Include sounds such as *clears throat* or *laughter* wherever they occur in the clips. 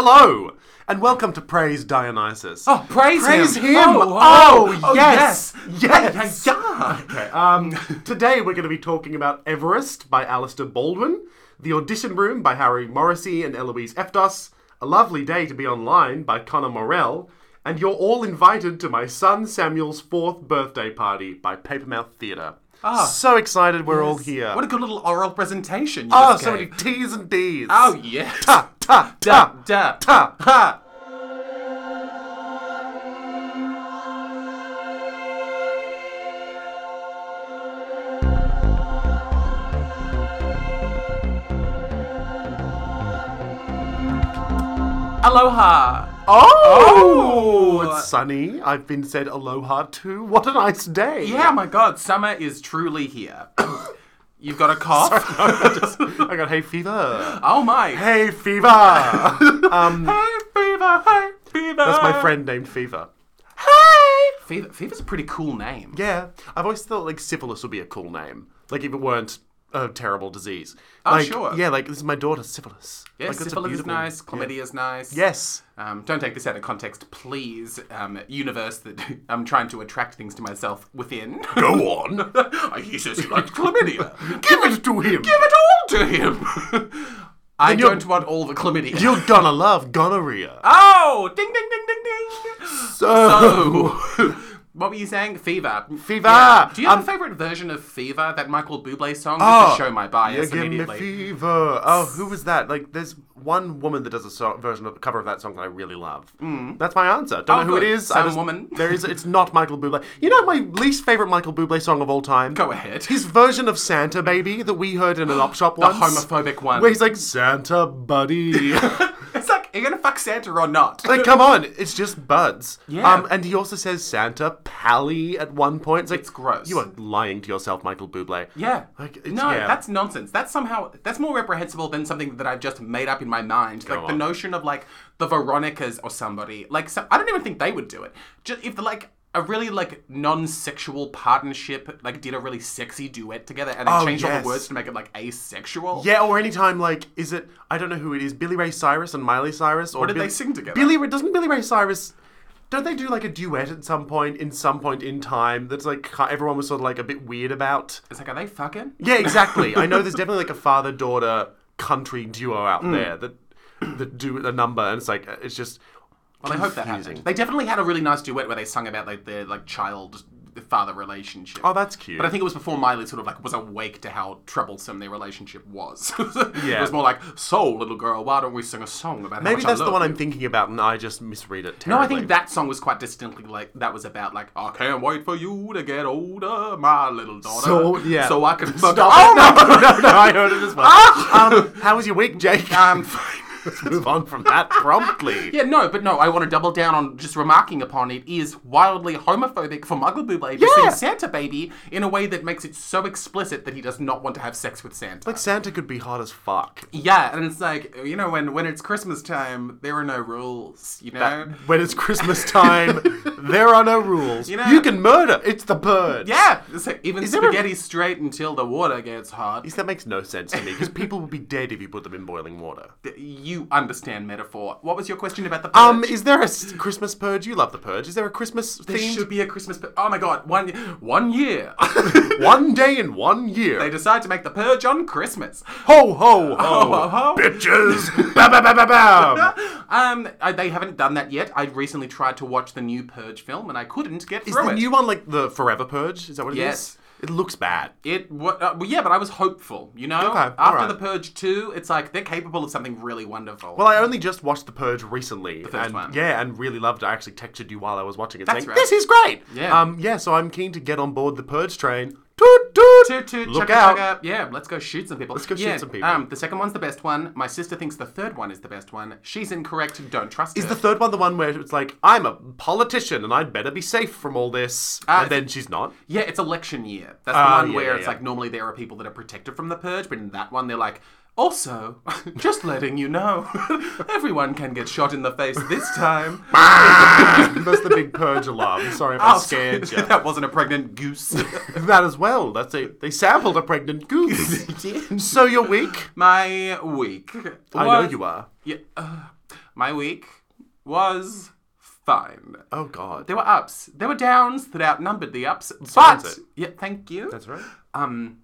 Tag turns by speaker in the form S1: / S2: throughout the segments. S1: Hello, and welcome to Praise Dionysus.
S2: Oh, praise,
S1: Praise him!
S2: Oh,
S1: Oh,
S2: oh,
S1: yes.
S2: yes.
S1: Yes.
S2: Yeah, yeah.
S1: Okay, um, today we're going to be talking about Everest by Alistair Baldwin, The Audition Room by Harry Morrissey and Eloise Eftos, A Lovely Day to Be Online by Connor Morell, and You're All Invited to My Son Samuel's Fourth Birthday Party by Papermouth Theatre.
S2: Ah.
S1: so excited we're all here.
S2: What a good little oral presentation. You
S1: oh,
S2: just
S1: so many
S2: gave.
S1: T's and D's.
S2: Oh, yeah.
S1: ta, ta,
S2: da,
S1: ta,
S2: da,
S1: ta.
S2: ha. Aloha.
S1: Oh,
S2: Oh!
S1: it's sunny. I've been said aloha too. What a nice day.
S2: Yeah, my God, summer is truly here. *coughs* You've got a cough.
S1: I just- I got hay fever.
S2: *laughs* Oh my! Hey,
S1: Hay fever. um,
S2: fever! Hey, fever!
S1: that's
S2: *laughs*
S1: my friend named Fever.
S2: Hey, fever! Fever's a pretty cool name.
S1: Yeah, I've always thought like syphilis would be a cool name. Like if it weren't a terrible disease.
S2: Oh,
S1: like,
S2: sure.
S1: Yeah, like this is my daughter syphilis.
S2: Yeah,
S1: like, that's a
S2: syphilis is
S1: beautiful-
S2: nice. Chlamydia is nice. *laughs*
S1: Yes.
S2: Um, don't take this out of context, please. Um, universe that *laughs* I'm trying to attract things to myself within.
S1: Go on.
S2: *laughs* he says he
S1: *laughs*
S2: likes chlamydia.
S1: Give it to him.
S2: *laughs* Give it all to
S1: *laughs*
S2: him. I
S1: you're-
S2: don't want all the chlamydia.
S1: You're gonna love gonorrhea.
S2: Oh! Ding ding ding
S1: *laughs*
S2: ding ding. So, what were you saying? Fever.
S1: Fever. Um,
S2: Do you have a favorite version of Fever? That Michael Bublé song?
S1: Oh,
S2: Just to show my bias
S1: You give me
S2: immediately.
S1: fever. Oh, who was that? Like, there's one woman that does a so- version of cover of that song that I really love. Mm. That's my answer. Don't
S2: Oh,
S1: know who
S2: good.
S1: it is. I
S2: Some
S1: just-
S2: woman.
S1: *laughs* There is. It's not Michael Bublé. You know my least favorite Michael Bublé song of all time.
S2: Go ahead.
S1: His version of Santa Baby that we heard in an op
S2: *gasps*
S1: shop once.
S2: homophobic one.
S1: Where he's like Santa
S2: *laughs*
S1: Buddy.
S2: It's like, are you gonna fuck Santa or not?
S1: like, come on, it's just buds.
S2: Yeah.
S1: Um, and he also says Santa Pally at one point. It's, like,
S2: It's gross.
S1: You are lying to yourself, Michael Bublé.
S2: Yeah.
S1: Like, it's-
S2: no,
S1: yeah.
S2: that's nonsense. That's somehow that's more reprehensible than something that I've just made up in my mind. like the
S1: on.
S2: notion of like the Veronicas or somebody. Like some, I don't even think they would do it. Just if like a really like non-sexual partnership like did a really sexy duet together and they
S1: Oh,
S2: changed all
S1: yes.
S2: the words to make it like asexual.
S1: Yeah, or anytime like, is it? I don't know who it is. Billy Ray Cyrus and Miley Cyrus. Or
S2: What did
S1: Bill-
S2: they sing together?
S1: Billy Ray- doesn't Billy Ray Cyrus. Don't they do like a duet at some point in some point in time that's like ki- everyone was sort of like a bit weird about?
S2: It's like are they fucking?
S1: Yeah, exactly. I know there's definitely like a father daughter country duo out
S2: Hmm.
S1: there that that do a number, and it's like uh, it's just.
S2: Well, I hope that happened.
S1: confusing.
S2: They definitely had a really nice duet where they sung about like their like child father relationship.
S1: Oh, that's cute.
S2: But I think it was before Miley sort of like was awake to how troublesome their relationship was. *laughs*
S1: Yeah.
S2: it was more like, "So, little girl, why don't we sing a song about?" how
S1: Maybe
S2: much
S1: that's
S2: I
S1: the
S2: love
S1: one
S2: you?"
S1: I'm thinking about, and I just misread it.
S2: No,
S1: Terribly.
S2: I think that song was quite distinctly like that was about like I can't wait for you to get older, my little daughter.
S1: So- yeah.
S2: So I
S1: *laughs*
S2: can fuck.
S1: Oh
S2: Oh *laughs* my
S1: no, no, no! I heard it as well. um, how was your week, Jake?
S2: I'm fine.
S1: *laughs* Let's move on from that promptly.
S2: Yeah, no, but no, I want to double down on just remarking upon it is wildly homophobic for Michael Bublé to
S1: Yeah.
S2: sing Santa Baby in a way that makes it so explicit that he does not want to have sex with Santa.
S1: Like Santa could be hot as fuck.
S2: Yeah, and it's like you know when when it's Christmas time, there are no rules. You know,
S1: When it's Christmas time, there are no rules. You,
S2: You know-
S1: can murder. It's the bird.
S2: yeah, it's like even
S1: there a-
S2: spaghetti straight until the water gets hot.
S1: That makes no sense to me because people would be dead if you put them in boiling water.
S2: You understand metaphor. What was your question about the purge?
S1: Um, is there a s- Christmas purge? You love the purge. Is there a Christmas
S2: there
S1: themed *laughs*
S2: should be a Christmas. pur- Oh my god, one one year
S1: one day in one year?
S2: they decide to make the purge on Christmas.
S1: Ho ho ho!
S2: ho, ho.
S1: Bitches! ba ba ba ba bam!
S2: *laughs* Um, I, they haven't done that yet. I recently tried to watch the new Purge film and I couldn't get
S1: Is
S2: through
S1: the
S2: it.
S1: new one like the Forever Purge? Is that what it is?
S2: Yes.
S1: It looks bad.
S2: It wa uh, well, yeah, but I was hopeful, you know.
S1: Okay,
S2: After
S1: alright.
S2: the Purge two, it's like they're capable of something really wonderful.
S1: Well, I only just watched The Purge recently,
S2: first
S1: and
S2: one.
S1: yeah, and really loved. it. I actually texted you while I was watching it,
S2: That's
S1: saying,
S2: right.
S1: "This is great."
S2: Yeah.
S1: Um. Yeah. So I'm keen to get on board the Purge train. Toot toot.
S2: Toot, toot,
S1: Look
S2: chugga,
S1: out.
S2: chugga. Yeah, let's go shoot some people. Let's
S1: go shoot some people.
S2: Um, the second one's the best one. My sister thinks the third one is the best one. She's incorrect. Don't trust
S1: Is
S2: her.
S1: the third one the one where it's like I'm a politician and I'd better be safe from all this,
S2: Ah,
S1: and then she's not?
S2: yeah, it's election year. That's
S1: Ah,
S2: the one
S1: yeah,
S2: where
S1: yeah,
S2: it's
S1: yeah.
S2: like normally there are people that are protected from the purge, but in that one they're like, also, *laughs* just letting you know, *laughs* everyone can get shot in the face this
S1: *laughs*
S2: time.
S1: That's the big Purge alarm. Sorry if I
S2: Ah! Oh, sorry,
S1: scared you.
S2: *laughs* that wasn't a
S1: *laughs*
S2: pregnant goose.
S1: That as well. That's it. They sampled a pregnant
S2: *laughs*
S1: goose. so you're weak.
S2: My week.
S1: I know you are.
S2: Yeah, uh, my week was fine.
S1: Oh God,
S2: There were ups, there were downs that outnumbered the ups, but
S1: it.
S2: yeah, thank you.
S1: that's right.
S2: Um,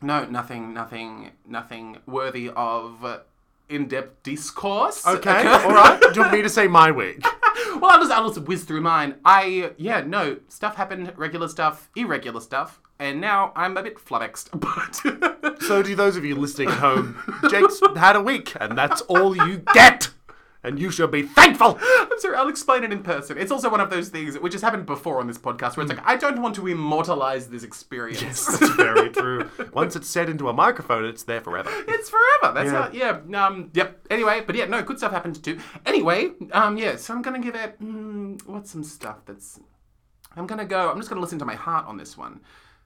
S2: no, nothing, nothing, nothing worthy of in-depth discourse.
S1: Okay, all right. Do you want me to say my week?
S2: *laughs* well, I'll just I'll just whiz through mine. I yeah no stuff happened, regular stuff, irregular stuff, and now I'm a bit flummoxed. *laughs* But
S1: So do those of you listening at home. Jake's had a week, and that's all you get, and you should be thankful.
S2: I'm sorry, I'll explain it in person. It's also one of those things which has happened before on this podcast where it's like I don't want to immortalize this experience.
S1: Hmm.
S2: *laughs*
S1: That's very true. Once it's set into a microphone, it's there forever.
S2: It's forever. That's how. Yeah. Um. Yep. Anyway, but yeah, no, good stuff happened too. Anyway, um. Yeah. So I'm gonna give it. Mm, what's some stuff that's. I'm gonna go. I'm just gonna listen to my heart on this one.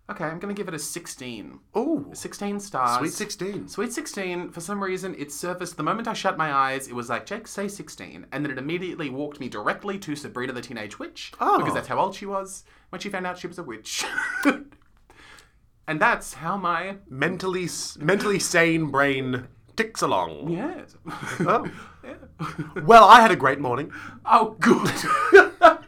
S2: Okay, I'm gonna give it a 16.
S1: Ooh,
S2: 16 stars.
S1: sweet sixteen.
S2: Sweet 16, for some reason, it surfaced the moment I shut my eyes. It was like, Jake, say 16. And then it immediately walked me directly to Sabrina the Teenage Witch.
S1: Oh.
S2: Because that's how old she was when she found out she was a witch. *laughs* and that's how my.
S1: Mentally, s- mentally sane brain ticks along.
S2: *laughs* Yes.
S1: Oh. Well, I had a great morning.
S2: oh,
S1: *laughs*
S2: good.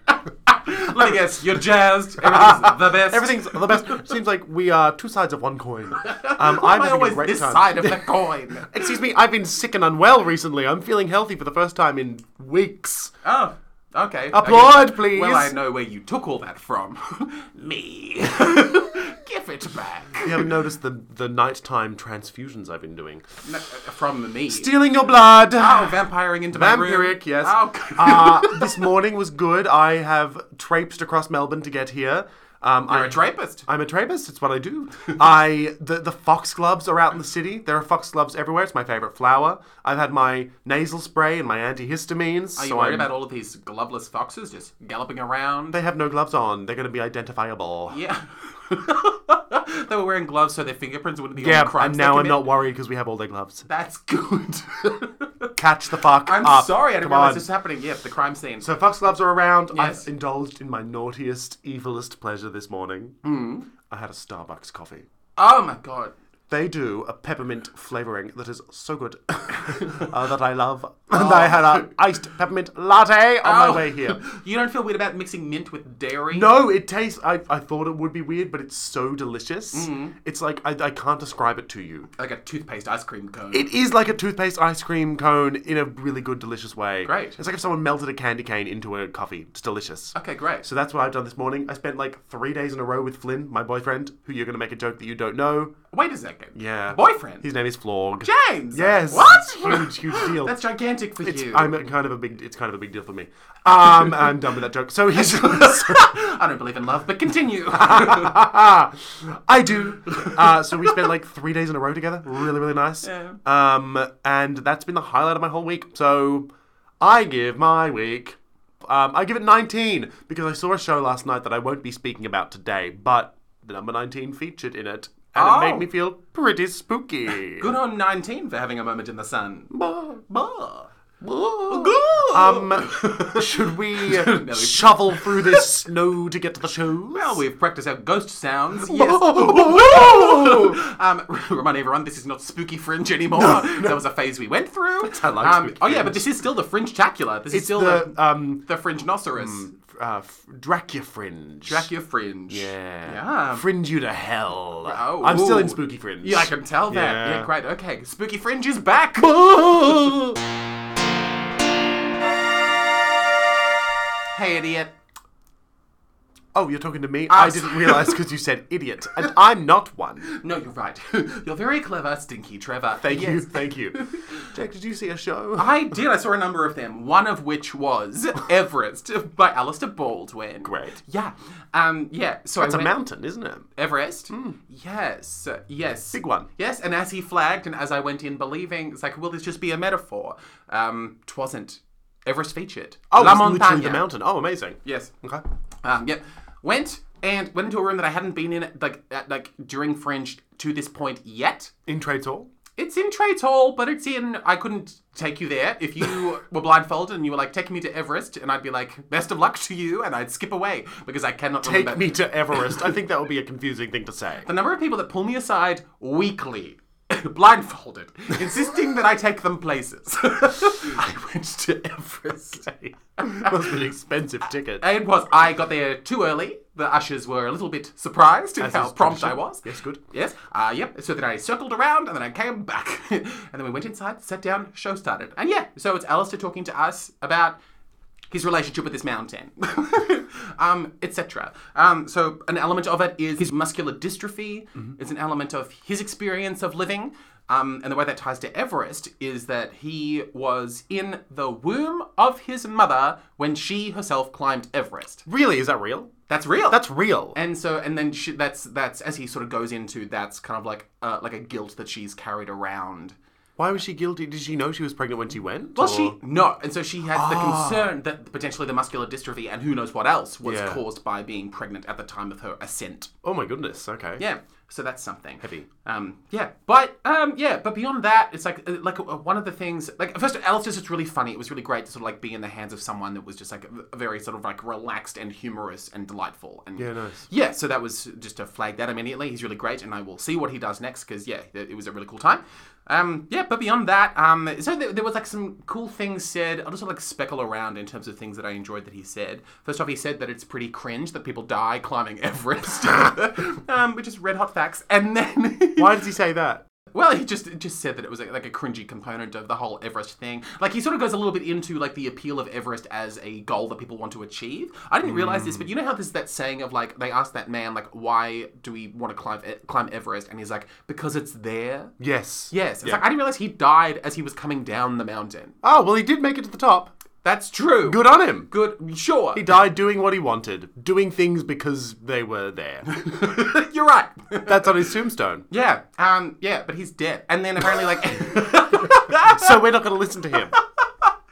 S2: Let me guess, you're jazzed.
S1: Ah.
S2: Everything's the best.
S1: Everything's the best. Seems like we are two sides of one coin. Um,
S2: Why
S1: I'm
S2: am I
S1: having a
S2: always
S1: great
S2: this
S1: time.
S2: side
S1: *laughs*
S2: of the coin?
S1: Excuse me, I've been sick and unwell recently. I'm feeling healthy for the first time in weeks.
S2: Oh, okay.
S1: Applaud,
S2: Okay.
S1: please.
S2: Well, I know where you took all that from. *laughs* Me. *laughs* Give it back.
S1: You haven't noticed the, the nighttime transfusions I've been doing.
S2: No, uh, from me.
S1: Stealing your blood!
S2: oh, vampiring into my room.
S1: Vampiric, yes. *laughs*
S2: Oh, *laughs* God.
S1: uh, this morning was good. I have traipsed across Melbourne to get here. Um,
S2: You're
S1: I,
S2: a trapist.
S1: I'm a traipist. It's what I
S2: *laughs*
S1: do. I the the foxgloves are out in the city. There are foxgloves everywhere. It's my favorite flower. I've had my nasal spray and my antihistamines.
S2: Are you
S1: so
S2: worried
S1: I'm-
S2: about all of these gloveless foxes just galloping around?
S1: They have no gloves on. They're going to be identifiable.
S2: yeah. *laughs* they were wearing gloves so their fingerprints wouldn't be on
S1: Yeah,
S2: the crimes
S1: and
S2: they
S1: now I'm
S2: commit.
S1: not worried because we have all their gloves.
S2: That's good. *laughs*
S1: Catch the fuck
S2: I'm
S1: up.
S2: sorry, I didn't
S1: Ah, Come
S2: realize
S1: on.
S2: this was happening. Yep, the crime scene.
S1: So foxgloves are around.
S2: Yes.
S1: I've indulged in my naughtiest, evilest pleasure this morning.
S2: Hmm.
S1: I had a Starbucks coffee.
S2: oh my god.
S1: They do a peppermint flavoring that is so good *coughs* uh, that I love. *laughs* And I had a iced peppermint latte on my
S2: Oh.
S1: way here.
S2: *laughs* You don't feel weird about mixing mint with dairy?
S1: No, it tastes. I, I thought it would be weird, but it's so delicious.
S2: Mm-hmm.
S1: It's like I, I can't describe it to you.
S2: Like a toothpaste ice cream cone.
S1: It is like a toothpaste ice cream cone in a really good, delicious way.
S2: Great.
S1: It's like if someone melted a candy cane into a coffee. It's delicious.
S2: okay, great.
S1: So that's what I've done this morning. I spent like three days in a row with Flynn, my boyfriend, who you're going to make a joke that you don't know.
S2: Wait a second.
S1: Yeah.
S2: Boyfriend?
S1: His name is Florg.
S2: James!
S1: Yes.
S2: What?
S1: It's Huge, huge deal.
S2: *laughs* That's gigantic for you. *laughs*
S1: I'm a kind of a big. It's kind of a big deal for me. Um, I'm done with that joke. So he's. *laughs*
S2: I don't believe in love, but continue.
S1: I do. Uh, so we spent like three days in a row together. Really, really nice.
S2: Yeah.
S1: Um, and that's been the highlight of my whole week. So I give my week. Um, I give it 19 because I saw a show last night that I won't be speaking about today, but the number 19 featured in it, and
S2: Oh.
S1: it made me feel pretty spooky.
S2: Good on 19 for having a moment in the sun.
S1: Bah,
S2: Bah.
S1: bah.
S2: Good. *laughs*
S1: Um, should we shovel through this snow to get to the show?
S2: well, Oh, we've practiced our ghost sounds.
S1: *laughs*
S2: *laughs*
S1: Yes.
S2: um, *laughs* remind everyone, this is not Spooky Fringe anymore. That was a phase we went through.
S1: *laughs* I like
S2: um,
S1: Spooky
S2: oh, yeah,
S1: Fringe.
S2: but this is still the Fringe Tacular. This is still
S1: the
S2: the,
S1: um,
S2: the Fringe Noceros.
S1: uh, f- Dracula Fringe.
S2: Dracula Fringe.
S1: Yeah.
S2: Yeah.
S1: Fringe you to hell.
S2: Oh,
S1: I'm still in
S2: ooh.
S1: Spooky Fringe.
S2: Yeah, I
S1: *laughs*
S2: can tell that. Yeah,
S1: Yeah.
S2: great. Okay, Spooky Fringe is back.
S1: Oh,
S2: hey, idiot.
S1: Oh, you're talking to me?
S2: Ah,
S1: I didn't realise because you said idiot. And I'm not one.
S2: No, you're right. *laughs* you're very clever, Stinky Trevor.
S1: Thank you.
S2: Yes.
S1: Thank
S2: *laughs*
S1: you. Jack, did you see a show?
S2: I did. I saw a number of them. One of
S1: *laughs*
S2: which was Everest by Alistair Baldwin.
S1: Great.
S2: Yeah. Um. Yeah. So
S1: it's
S2: I
S1: a
S2: went-
S1: mountain, isn't it?
S2: Everest. Yes. Yes.
S1: Big one.
S2: Yes. And as he flagged, and as I went in believing, it's like, will this just be a metaphor? Um. Twasn't. Everest featured.
S1: Oh,
S2: La
S1: it's literally the
S2: Montaña.
S1: mountain. Oh, amazing.
S2: Yes.
S1: Okay.
S2: Um, yep. Went and went into a room that I hadn't been in like at, like during Fringe to this point yet.
S1: In Trades Hall?
S2: It's in Trades Hall, but it's in. I couldn't take you there if you were blindfolded and you were like, "Take me to Everest," and I'd be like, "Best of luck to you," and I'd skip away because I cannot remember
S1: Take me to Everest. I think that would be a confusing thing to say.
S2: the number of people that pull me aside weekly. *coughs* blindfolded, insisting that I take them places. *laughs* *laughs* I went to Everest. Eh,
S1: Must be an expensive ticket.
S2: It was. I got there too early. The ushers were a little bit surprised at
S1: As
S2: how
S1: is
S2: prompt I
S1: tradition.
S2: was.
S1: Yes, good.
S2: Yes. Uh, yep. So then I circled around and then I came back. *laughs* and then we went inside, sat down, show started. And yeah, so it's Alistair talking to us about his relationship with this mountain, *laughs* um, etc. Um, so an element of it is his muscular dystrophy. It's an element of his experience of living. Um, and the way that ties to Everest is that he was in the womb of his mother when she herself climbed Everest.
S1: Really? Is that real?
S2: That's real.
S1: That's real.
S2: And so, and then she, that's that's as he sort of goes into that's kind of like uh, like a guilt that she's carried around.
S1: Why was she guilty? Did she know she was pregnant when she Ah. went?
S2: Well,
S1: or-
S2: she no, and so she has the concern that potentially the muscular dystrophy and who knows what else was
S1: Yeah.
S2: caused by being pregnant at the time of her ascent.
S1: Oh my goodness. Okay.
S2: Yeah, so that's something
S1: Heavy.
S2: Um, yeah, but um, yeah, but beyond that, it's like uh, like uh, one of the things like first, Alistair's just really funny. It was really great to sort of like be in the hands of someone that was just like v- very sort of like relaxed and humorous and delightful. And
S1: Yeah, nice.
S2: Yeah, so that was just to flag that immediately. He's really great, and I will see what he does next because yeah, it it was a really cool time. Um, yeah, but beyond that, um, so there, there was like some cool things said. I'll just sort of, like speckle around in terms of things that I enjoyed that he said. First off, he said that it's pretty cringe that people die
S1: *laughs*
S2: climbing Everest, *laughs* um, which is red hot facts. And then
S1: Why does he say that?
S2: well, he just just said that it was like, like a cringy component of the whole Everest thing. Like he sort of goes a little bit into like the appeal of Everest as a goal that people want to achieve. I didn't realize this, but you know how there's that saying of like they asked that man like why do we want to climb E- climb Everest, and he's like because it's there.
S1: Yes.
S2: Yes, it's like I didn't realize he died as he was coming down the mountain.
S1: Oh well, he did make it to the top.
S2: That's true.
S1: Good on him.
S2: Good. Sure.
S1: He died doing what he wanted, doing things because they were
S2: *laughs*
S1: there.
S2: You're right.
S1: That's on his tombstone.
S2: *laughs* yeah. Um. Yeah. But he's dead, and then apparently like.
S1: So we're not going to listen to
S2: *laughs*
S1: him.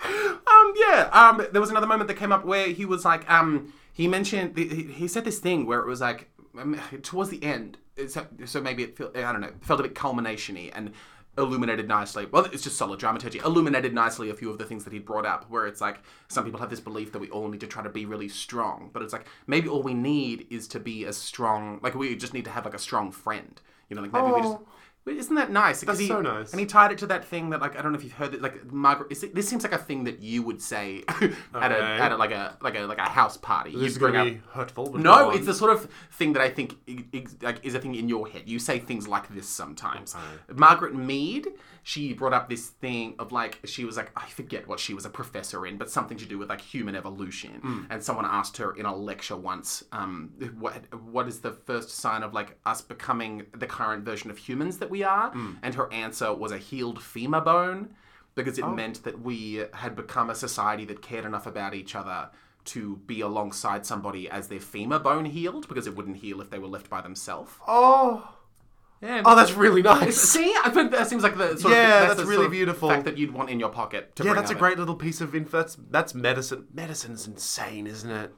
S2: Um, yeah. Um, there was another moment that came up where he was like, um, he mentioned he, he said this thing where it was like um, towards the end. So, so maybe it felt I don't know, it felt a bit culminationy and illuminated nicely. Well, it's just solid dramaturgy. Illuminated nicely a few of the things that he brought up, where it's like some people have this belief that we all need to try to be really strong, but it's like maybe all we need is to be as strong. Like we just need to have like a strong friend. You know, like maybe we just. Isn't that nice? That's
S1: Oh. so nice.
S2: and he tied it to that thing that like I don't know if you've heard that like Margaret. Is it, this seems like a thing that you would say *laughs* at a
S1: Okay.
S2: at a, like a like a like a house party.
S1: This is
S2: You'd
S1: going
S2: bring
S1: to
S2: up.
S1: be hurtful. but go
S2: No,
S1: on.
S2: it's the sort of thing that I think i- ex- like is a thing in your head. You say things like this sometimes. Margaret Mead, she brought up this thing of like she was like I forget what she was a professor in, but something to do with like human evolution. And someone asked her in a lecture once, um, what what is the first sign of like us becoming the current version of humans that we are? And her answer was a healed femur bone because it
S1: Oh.
S2: meant that we had become a society that cared enough about each other to be alongside somebody as their femur bone healed because it wouldn't heal if they were left by themselves.
S1: Oh.
S2: Yeah.
S1: Oh, that's really nice.
S2: *laughs* See, I think that seems like the sort
S1: Yeah,
S2: of
S1: that's
S2: the
S1: really
S2: sort of
S1: beautiful.
S2: fact that you'd want in your pocket. To
S1: Yeah,
S2: bring
S1: that's a
S2: up it.
S1: great little piece of info. That's, that's medicine. Medicine's insane, isn't it?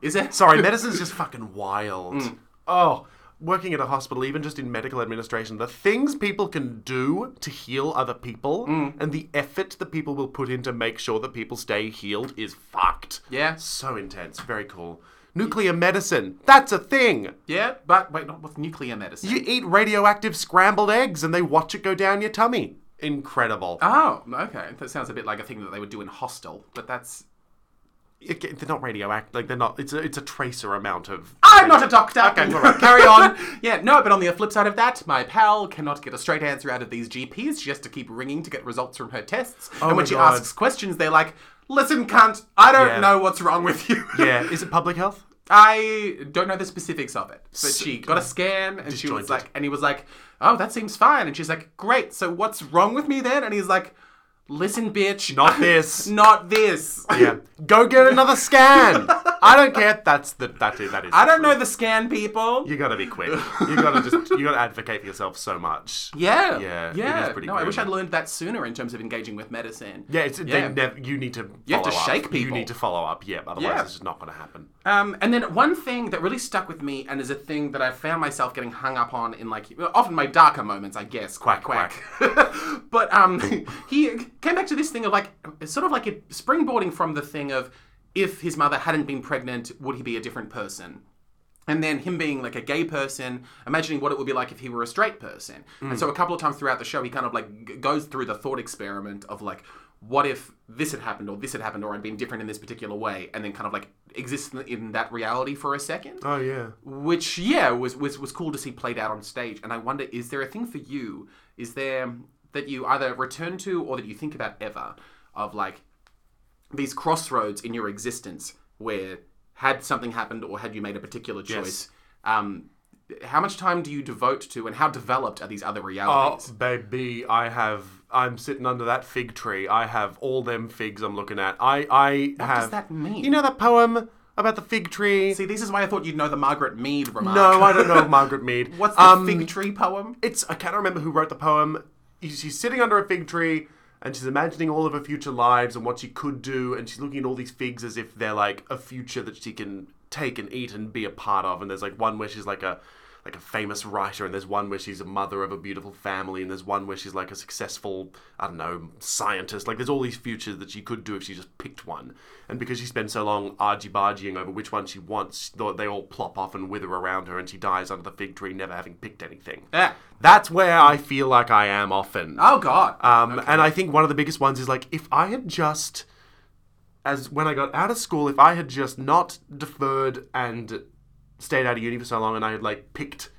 S2: Is it?
S1: Sorry,
S2: *laughs*
S1: medicine's just fucking wild.
S2: Mm.
S1: Oh, working at a hospital, even just in medical administration, the things people can do to heal other people
S2: Mm.
S1: and the effort that people will put in to make sure that people stay healed is fucked.
S2: Yeah.
S1: So intense. Very cool. Nuclear medicine. That's a thing.
S2: Yeah, but wait, not with nuclear medicine.
S1: You eat radioactive scrambled eggs and they watch it go down your tummy. Incredible.
S2: Oh, okay. That sounds a bit like a thing that they would do in Hostel, but that's.
S1: It- they're not radioactive. Like they're not. It's a, it's a tracer amount of.
S2: I'm not a doctor.
S1: Okay, all right. Carry on.
S2: *laughs* yeah, no, but on the flip side of that, my pal cannot get a straight answer out of these GPs. She has to keep ringing to get results from her tests. and
S1: Oh my
S2: when she
S1: God.
S2: asks questions, they're like, listen, cunt, I don't
S1: Yeah.
S2: know what's wrong with you.
S1: yeah. Is it public health?
S2: *laughs* I don't know the specifics of it, but she got a scan and she was
S1: Disjointed.
S2: like, and he was like, oh, that seems fine. And she's like, great, so what's wrong with me then? And he's like, listen, bitch.
S1: Not this.
S2: *laughs* Not this.
S1: *laughs* Yeah. Go get another scan. I don't care. That's the that is that is.
S2: *laughs* I don't know the scan people.
S1: You gotta be quick. You gotta just you gotta advocate for yourself so much.
S2: Yeah.
S1: Yeah, it
S2: Yeah.
S1: is pretty
S2: no, I wish
S1: grim.
S2: I'd learned that sooner in terms of engaging with medicine.
S1: Yeah, it's,
S2: Yeah.
S1: They never, you need to. Follow
S2: have to
S1: up.
S2: shake
S1: You
S2: people.
S1: need to follow up. Yeah, otherwise
S2: Yeah.
S1: it's just not going to happen.
S2: Um, and then one thing that really stuck with me and is a thing that I found myself getting hung up on in like often my darker moments, I guess. Quack
S1: Quack,
S2: *laughs* but um, he came back to this thing of like sort of like it springboarding from the thing of if his mother hadn't been pregnant, would he be a different person? and then him being like a gay person, imagining what it would be like if he were a straight person. And so a couple of times throughout the show, he kind of like g- goes through the thought experiment of like, what if this had happened or this had happened or I'd been different in this particular way, and then kind of like exists in- in that reality for a second
S1: Oh yeah.
S2: which yeah was, was was cool to see played out on stage and i wonder is there a thing for you is there that you either return to or that you think about ever of like these crossroads in your existence where had something happened or had you made a particular choice um how much time do you devote to and how developed are these other
S1: Oh,
S2: realities
S1: baby, I have. I'm sitting under that fig tree. I have all them figs I'm looking at. I, I have.
S2: does that mean?
S1: You know that poem about the fig tree?
S2: see this is why i thought you'd know the margaret mead remark
S1: no, I don't know of Margaret Mead.
S2: *laughs* what's the
S1: Um,
S2: fig tree poem
S1: It's I can't remember who wrote the poem. She's she's sitting under a fig tree and she's imagining all of her future lives and what she could do, and she's looking at all these figs as if they're like a future that she can take and eat and be a part of. And there's like one where she's like a like a famous writer, and there's one where she's a mother of a beautiful family, and there's one where she's like a successful, I don't know, scientist. Like there's all these futures that she could do if she just picked one. And because she spends so long argy-bargying over which one she wants, they all plop off and wither around her, and she dies under the fig tree, never having picked anything.
S2: yeah.
S1: That's where I feel like I am often.
S2: oh god
S1: Um, And I think one of the biggest ones is like, if I had just, as when I got out of school, if I had just not deferred and stayed out of uni for so long and I had like picked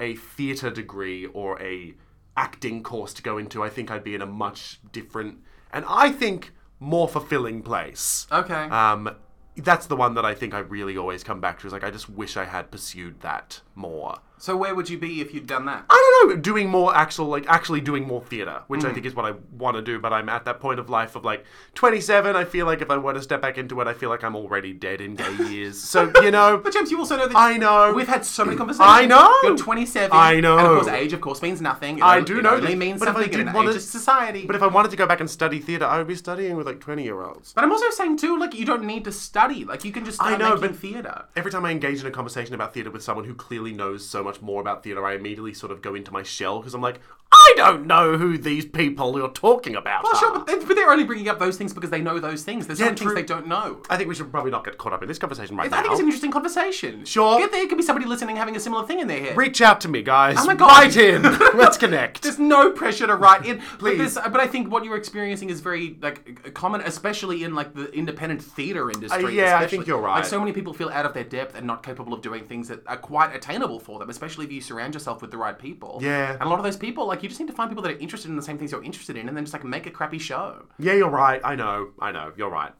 S1: a theatre degree or a acting course to go into, I think I'd be in a much different and I think more fulfilling place.
S2: okay
S1: Um, that's the one that I think I really always come back to is like, I just wish I had pursued that more.
S2: so where would you be if you'd done that
S1: I don't know, doing more actual, like actually doing more theatre, which
S2: Mm.
S1: I think is what I want to do. But I'm at that point of life of like 27. I feel like if I were to step back into it, I feel like I'm already dead in gay years.
S2: *laughs*
S1: So you know,
S2: But James, you also know that
S1: I know.
S2: we've had so many conversations.
S1: I know.
S2: You're 27.
S1: I know.
S2: And of course, age, of course, means nothing. It
S1: I
S2: on-
S1: do
S2: it
S1: know
S2: Only
S1: this,
S2: means
S1: but if I
S2: something
S1: did
S2: in an
S1: wanna-
S2: ageist society.
S1: but
S2: But,
S1: if I wanted to go back and study theatre, I would be studying with like 20 year olds.
S2: I'm also saying too, like you don't need to study. Like you can just start
S1: I know,
S2: making
S1: but- Ah.
S2: theatre.
S1: Every time I engage in a conversation about theatre with someone who clearly knows so much more about theatre, I immediately sort of go into my shell because I'm like, I don't know who these people you're talking about.
S2: Well,
S1: are."
S2: sure, but, they- but they're only bringing up those things because they know those things. There's so
S1: Yeah,
S2: many things
S1: true.
S2: they don't know.
S1: I think we should probably not get caught up in this conversation right
S2: I think
S1: now.
S2: it's an interesting conversation.
S1: Sure.
S2: Get there could be somebody listening having a similar thing in their head.
S1: Reach out to me, guys.
S2: my God.
S1: Write
S2: *laughs*
S1: in. Let's connect.
S2: There's no pressure to write
S1: *laughs*
S2: in. But,
S1: Please.
S2: this, but I think what you're experiencing is very like common, especially in like the independent theater industry.
S1: Uh, yeah, I
S2: especially.
S1: think you're
S2: Like
S1: right.
S2: so many people feel out of their depth and not capable of doing things that are quite attainable for them, especially if you surround yourself with the right people.
S1: Yeah.
S2: and a lot of those people, like you just need to find people that are interested in the same things you're interested in, and then just like make a crappy show.
S1: Yeah, you're right. I know. I know. You're right.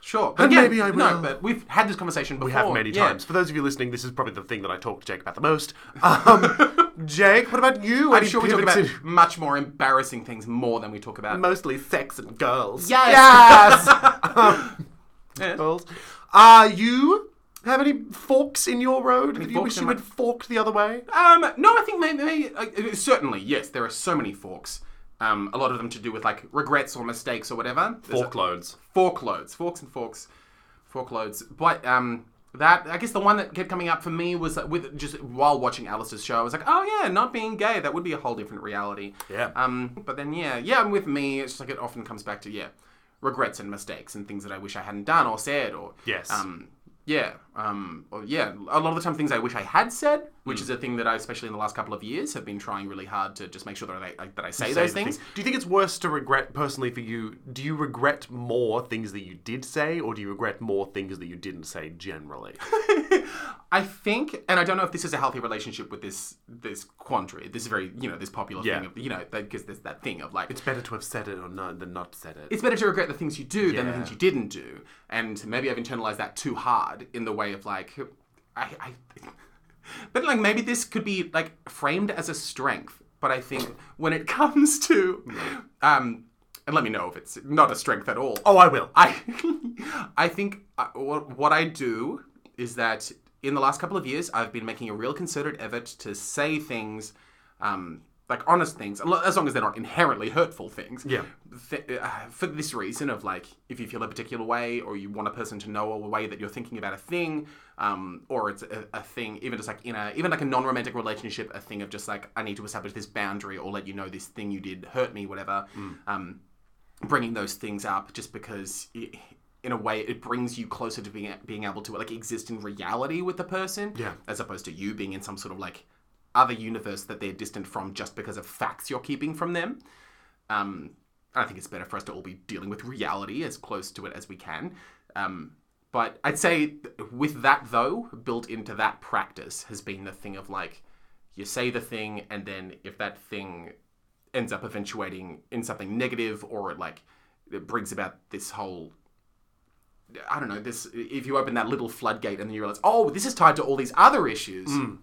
S2: Sure, but
S1: And
S2: yeah,
S1: maybe I
S2: No,
S1: will.
S2: but we've had this conversation before.
S1: We have many
S2: yeah.
S1: times. For those of you listening, this is probably the thing that I talk to Jake about the most. Um,
S2: *laughs*
S1: Jake, what about you?
S2: I'm sure we talk about much more embarrassing things more than we talk about.
S1: mostly sex and girls.
S2: Yes. *laughs*
S1: Yes. Um,
S2: Yes.
S1: girls. Uh, you have any forks in your road? If you
S2: forks
S1: wish
S2: in
S1: you
S2: my-
S1: had forked the other way?
S2: Um, no, I think maybe, maybe uh, uh, certainly yes. There are so many forks. Um, a lot of them to do with like regrets or mistakes or whatever. There's a-
S1: loads.
S2: forkloads, forks and forks, forkloads. But um, that I guess the one that kept coming up for me was that with just while watching Alice's show, I was like, oh yeah, not being gay, that would be a whole different reality.
S1: Yeah.
S2: Um, but then yeah, yeah, and with me, it's just like it often comes back to yeah, regrets and mistakes and things that I wish I hadn't done or said or
S1: Yes.
S2: Um, yeah, um, or yeah. A lot of the time, things I wish I had said,
S1: Mm.
S2: which is a thing that I, especially in the last couple of years, have been trying really hard to just make sure that I like, that I say
S1: Say
S2: those
S1: the
S2: things.
S1: Do you think it's worse to regret personally for you? Do you regret more things that you did say, or do you regret more things that you didn't say generally?
S2: I think, and I don't know if this is a healthy relationship with this this quandary, this very you know this popular
S1: Yeah.
S2: thing of you know because there's that thing of like it's,
S1: it's better to have said it or not than not said it.
S2: better to regret the things you do than the
S1: Yeah.
S2: things you didn't do, and maybe I've internalized that too hard in the way of like I, *laughs* I but like maybe this could be like framed as a strength, but I think when it *laughs* comes to um and let me know if it's not a strength at all.
S1: oh, I will.
S2: I *laughs* I think uh, what, what I do is that in the last couple of years, I've been making a real concerted effort to say things, um, like honest things, a lo- as long as they're not inherently hurtful things.
S1: Yeah.
S2: Th- uh, for this reason of like, if you feel a particular way, or you want a person to know a way that you're thinking about a thing, um, or it's a, a thing, even just like in a even like a non-romantic relationship, a thing of just like I need to establish this boundary, or let you know this thing you did hurt me, whatever. Um, bringing those things up just because it, in a way it brings you closer to being being able to like exist in reality with the person,
S1: Yeah.
S2: as opposed to you being in some sort of like other universe that they're distant from just because of facts you're keeping from them. Um, I think it's better for us to all be dealing with reality as close to it as we can. Um, but I'd say th- with that though, built into that practice has been the thing of like you say the thing, and then if that thing ends up eventuating in something negative or it like it brings about this whole I don't know this if you open that little floodgate and then you realize oh this is tied to all these other issues
S1: Mm.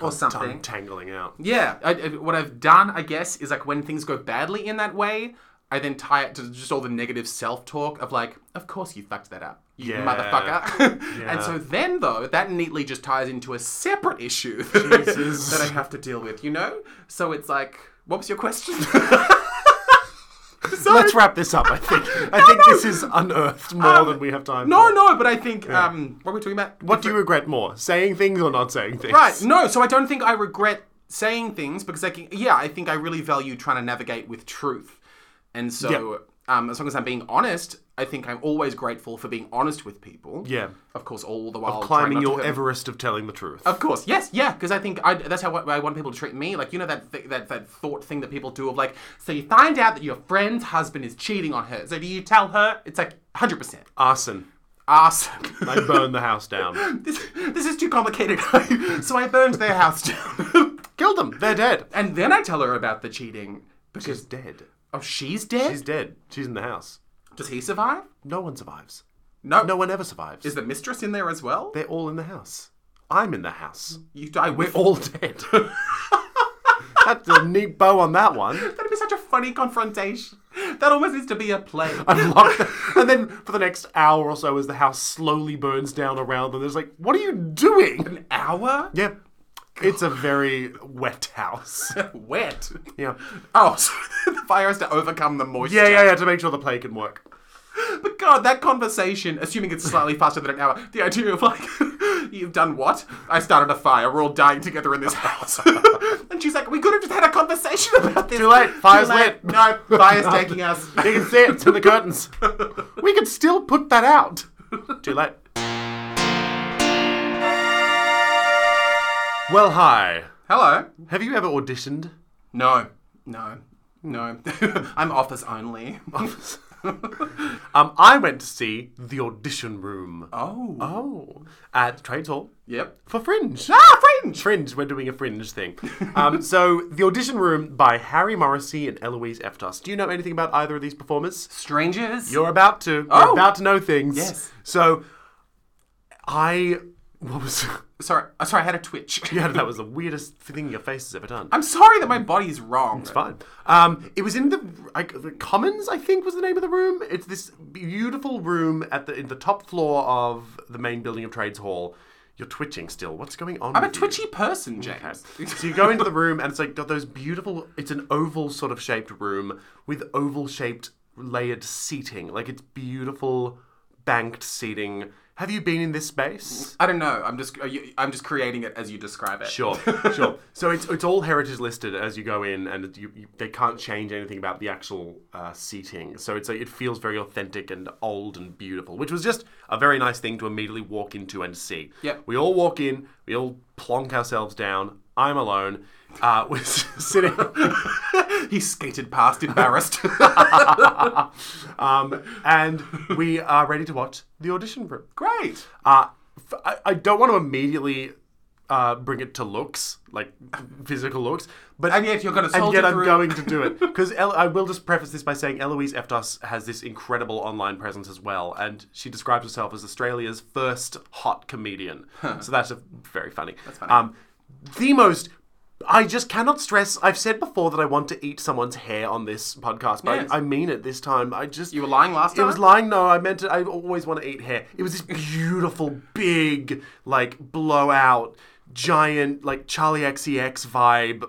S1: or
S2: something.
S1: Tongue tangling out.
S2: yeah I, I- what I've done I guess is like when things go badly in that way I then tie it to just all the negative self talk of like of course you fucked that up you
S1: Yeah.
S2: motherfucker *laughs*
S1: Yeah.
S2: and so then though that neatly just ties into a separate issue *laughs*
S1: Jesus.
S2: that I have to deal with you know so it's like what was your question. *laughs*
S1: Let's wrap this up. I *laughs* think. I think this is unearthed more than we have time.
S2: No,
S1: for.
S2: no, but I think um, what we're talking about.
S1: What do you regret more, saying things or not saying things?
S2: Right. No, so I don't think I regret saying things because I can. Yeah, I think I really value trying to navigate with truth, and so um, as long as I'm being honest, I think I'm always grateful for being honest with people.
S1: Yeah.
S2: Of course, all the while trying
S1: Climbing
S2: not to
S1: your
S2: hurt
S1: Everest of telling the truth.
S2: Of course, yes, yeah, because I think I, that's how I want people to treat me. Like you know that th- that that thought thing that people do of like, so you find out that your friend's husband is cheating on her. So do you tell her? It's like hundred percent
S1: Arson.
S2: awesome.
S1: I burn the house *laughs* down.
S2: this, this is too complicated. *laughs* so I burned their house down. *laughs*
S1: Killed them. They're dead.
S2: and then I tell her about the cheating because
S1: She's dead.
S2: oh she's dead.
S1: She's dead. She's in the house.
S2: Does he survive?
S1: No one survives.
S2: No.
S1: No one ever survives.
S2: Is the mistress in there as well?
S1: They're all in the house. I'm in the house.
S2: You die with
S1: All dead. *laughs* That's a neat bow on that one.
S2: That'd be such a funny confrontation. That almost needs to be a play.
S1: I've locked them. And then for the next hour or so, as the house slowly burns down around them, there's like, what are you doing?
S2: An hour?
S1: Yeah. It's a very wet house. *laughs*
S2: Wet. *laughs*
S1: Yeah.
S2: Oh, *laughs* so the fire has to overcome the moisture.
S1: Yeah, yeah, yeah, to make sure the play can work.
S2: But God, that conversation, assuming it's slightly faster than an hour, the idea of like, *laughs* you've done what? I started a fire. We're all dying together in this house. *laughs* and she's like, we could have just had a conversation about this.
S1: Too late. Fire's lit.
S2: No, fire's
S1: *laughs*
S2: taking us. *laughs*
S1: You can see it through the curtains. We could still put that out. Too late. Well, hi.
S2: Hello.
S1: Have you ever auditioned? *laughs*
S2: No, no, no. *laughs* I'm office only. *laughs* Office.
S1: Um, I went to see the audition room.
S2: oh.
S1: Oh, at Trades Hall
S2: Yep.
S1: for Fringe.
S2: Ah, fringe.
S1: Fringe. We're doing a Fringe thing.
S2: *laughs*
S1: Um, so the audition room by Harry Morrissey and Eloise Eftas. Do you know anything about either of these performers?
S2: Strangers.
S1: You're about to. You're
S2: Oh.
S1: about to know things.
S2: Yes.
S1: So, I. What was? *laughs*
S2: sorry. Oh, sorry, I had a twitch.
S1: Yeah, that was the weirdest thing your face has ever done.
S2: *laughs* I'm sorry that my body's wrong.
S1: It's fine. Um, it was in the, like, the Commons, I think, was the name of the room. It's this beautiful room at the in the top floor of the main building of Trades Hall. You're twitching still. What's going on?
S2: I'm a twitchy person, James.
S1: *laughs*
S2: *laughs*
S1: so you go into the room and it's like got those beautiful. It's an oval sort of shaped room with oval shaped layered seating. Like it's beautiful banked seating. Have you been in this space?
S2: I don't know. I'm just are you- I'm just creating it as you describe it. *laughs*
S1: Sure, sure. So it's it's all heritage listed as you go in, and you, you, they can't change anything about the actual uh, seating. So it's like, it feels very authentic and old and beautiful, which was just a very nice thing to immediately walk into and see.
S2: Yep.
S1: We all walk in, we all plonk ourselves down. I'm alone. Uh, *laughs* we're sitting.
S2: *laughs* he skated past, embarrassed. *laughs*
S1: Um, and we are ready to watch the audition room.
S2: Great.
S1: Uh, f- I, I don't want to immediately uh, bring it to looks, like physical looks, but
S2: And yet you're going to
S1: and
S2: soldier
S1: yet I'm
S2: through.
S1: going to do it
S2: *laughs*
S1: because El- I will just preface this by saying Eloise Eftos has this incredible online presence as well, and she describes herself as Australia's first hot comedian. So that's a, very funny. That's
S2: funny.
S1: Um, the most. I just cannot stress. I've said before that I want to eat someone's hair on this podcast, but
S2: Yes.
S1: I, I mean it this time. I just
S2: You were lying last
S1: it
S2: time?
S1: was lying. No, I meant it. I always want to eat hair. It was this beautiful, big, like blowout, giant, like Charlie XCX vibe,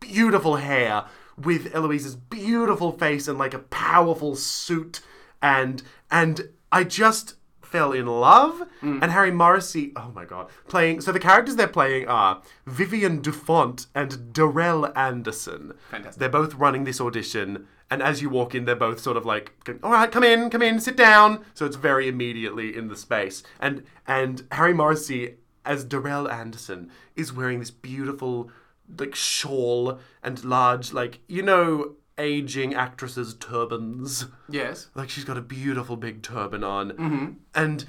S1: beautiful hair with Eloise's beautiful face and like a powerful suit, and and I just fell in love. And Harry Morrissey, oh my god, playing. So the characters they're playing are Vivian Dufont and Darrell Anderson.
S2: Fantastic.
S1: They're both running this audition, And as you walk in, they're both sort of like, "All right, come in, come in, sit down." So it's very immediately in the space. And and Harry Morrissey as Darrell Anderson is wearing this beautiful like shawl and large like you know aging actresses turbans.
S2: Yes. Mm-hmm.
S1: Like she's got a beautiful big turban on, and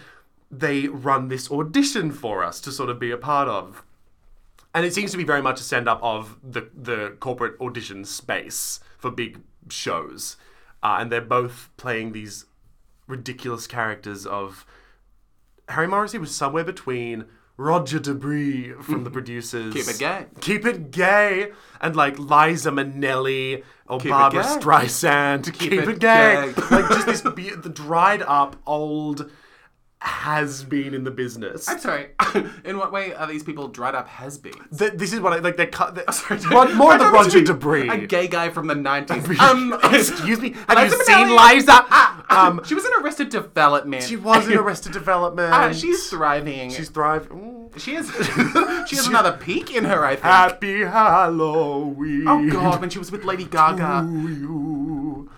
S1: they run this audition for us to sort of be a part of. And it seems to be very much a send up of the the corporate audition space for big shows, uh, and they're both playing these ridiculous characters of Harry Morrissey was somewhere between Roger Debris from the producers,
S2: Mm-hmm. Keep it gay.
S1: Keep It Gay, and like Liza Minnelli or
S2: it
S1: Barbara
S2: gay.
S1: Streisand, Keep, It,
S2: it
S1: Gay,
S2: gay.
S1: like just this be- the dried up old has been in the business.
S2: I'm sorry. *laughs* In what way are these people dried up has been?
S1: Th- this is what I like. They cut. *laughs* They,
S2: Sorry.
S1: *laughs* What- more
S2: I
S1: of the
S2: don't mean
S1: Roger
S2: to be
S1: Debris.
S2: A gay guy from
S1: *laughs*
S2: the 90s.
S1: um,
S2: um, *laughs*
S1: excuse me. Have
S2: Liza
S1: you seen
S2: Minnelli. Ah,
S1: Liza? *laughs* um,
S2: she was in Arrested Development.
S1: she was in *laughs* Arrested Development.
S2: Uh, she's thriving.
S1: Ah, she's thriving. *laughs*
S2: she is. *laughs* she has another peak in her, I think.
S1: Happy Halloween.
S2: oh God, when she was with
S1: *laughs*
S2: Lady Gaga.
S1: to you.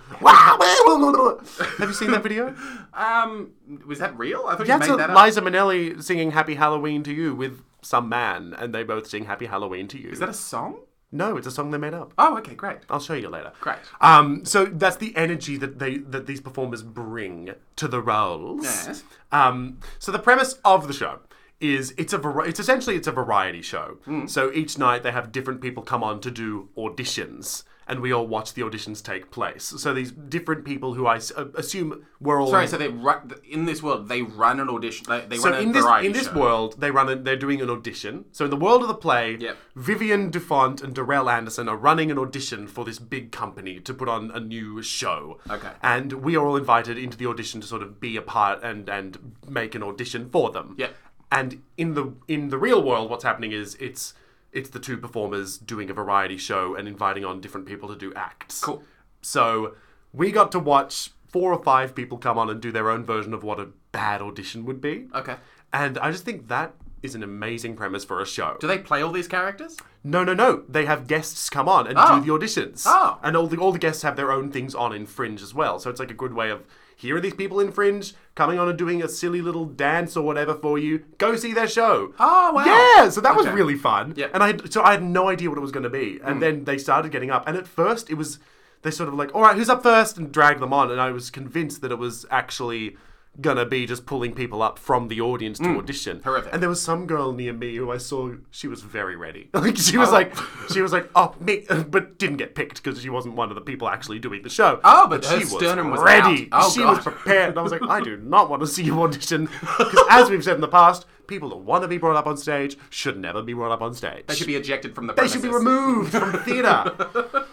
S1: Have you seen that *laughs* video?
S2: Um, was that real? I thought
S1: That's
S2: you
S1: a,
S2: made that up.
S1: Liza Minnelli singing "Happy Halloween to You" with some man, and they both sing "Happy Halloween to You."
S2: Is that a song?
S1: no? It's a song they made up.
S2: Oh, okay, great.
S1: I'll show you later.
S2: Great.
S1: Um, so that's the energy that they that these performers bring to the roles.
S2: Yes.
S1: Um, so the premise of the show is it's a vari- it's essentially it's a variety show.
S2: Hmm.
S1: So each night they have different people come on to do auditions. And we all watch the auditions take place. So these different people who I s- uh, assume were all
S2: Sorry, so they run, in this world they run an audition. They, they
S1: so
S2: run a
S1: in this
S2: variety
S1: in this
S2: show.
S1: world, they run a, they're doing an audition. So in the world of the play,
S2: Yep.
S1: Vivian Defont and Darrell Anderson are running an audition for this big company to put on a new show.
S2: Okay.
S1: And we are all invited into the audition to sort of be a part and and make an audition for them.
S2: Yep.
S1: And in the in the real world, what's happening is it's it's the two performers doing a variety show and inviting on different people to do acts.
S2: Cool.
S1: So we got to watch four or five people come on and do their own version of what a bad audition would be.
S2: Okay.
S1: And I just think that is an amazing premise for a show.
S2: Do they play all these characters?
S1: No, no, no. They have guests come on and
S2: Oh.
S1: do the auditions.
S2: Oh.
S1: And all the all the guests have their own things on in Fringe as well. So it's like a good way of here are these people in Fringe coming on and doing a silly little dance or whatever for you. Go see their show.
S2: Oh, wow.
S1: Yeah, so that was
S2: Okay.
S1: really fun.
S2: Yeah. Hmm.
S1: And I had, so I had no idea what it was going to be. And then they started getting up and at first it was they sort of like, "All right, who's up first? and dragged them on and I was convinced that it was actually going to be just pulling people up from the audience
S2: Hmm.
S1: to audition.
S2: Horrific.
S1: And there was some girl near me who I saw. She was very ready. *laughs* Like she
S2: Oh.
S1: was like, she was like, oh me, *laughs* but didn't get picked because she wasn't one of the people actually doing the show.
S2: Oh, but her sternum was
S1: ready.
S2: out. Oh,
S1: she was
S2: God.
S1: prepared. And I was like, I do not want to see you audition because, as we've said in the past, people that want to be brought up on stage should never be brought up on stage.
S2: They should be ejected from the.
S1: They should be removed from the
S2: *laughs*
S1: theatre.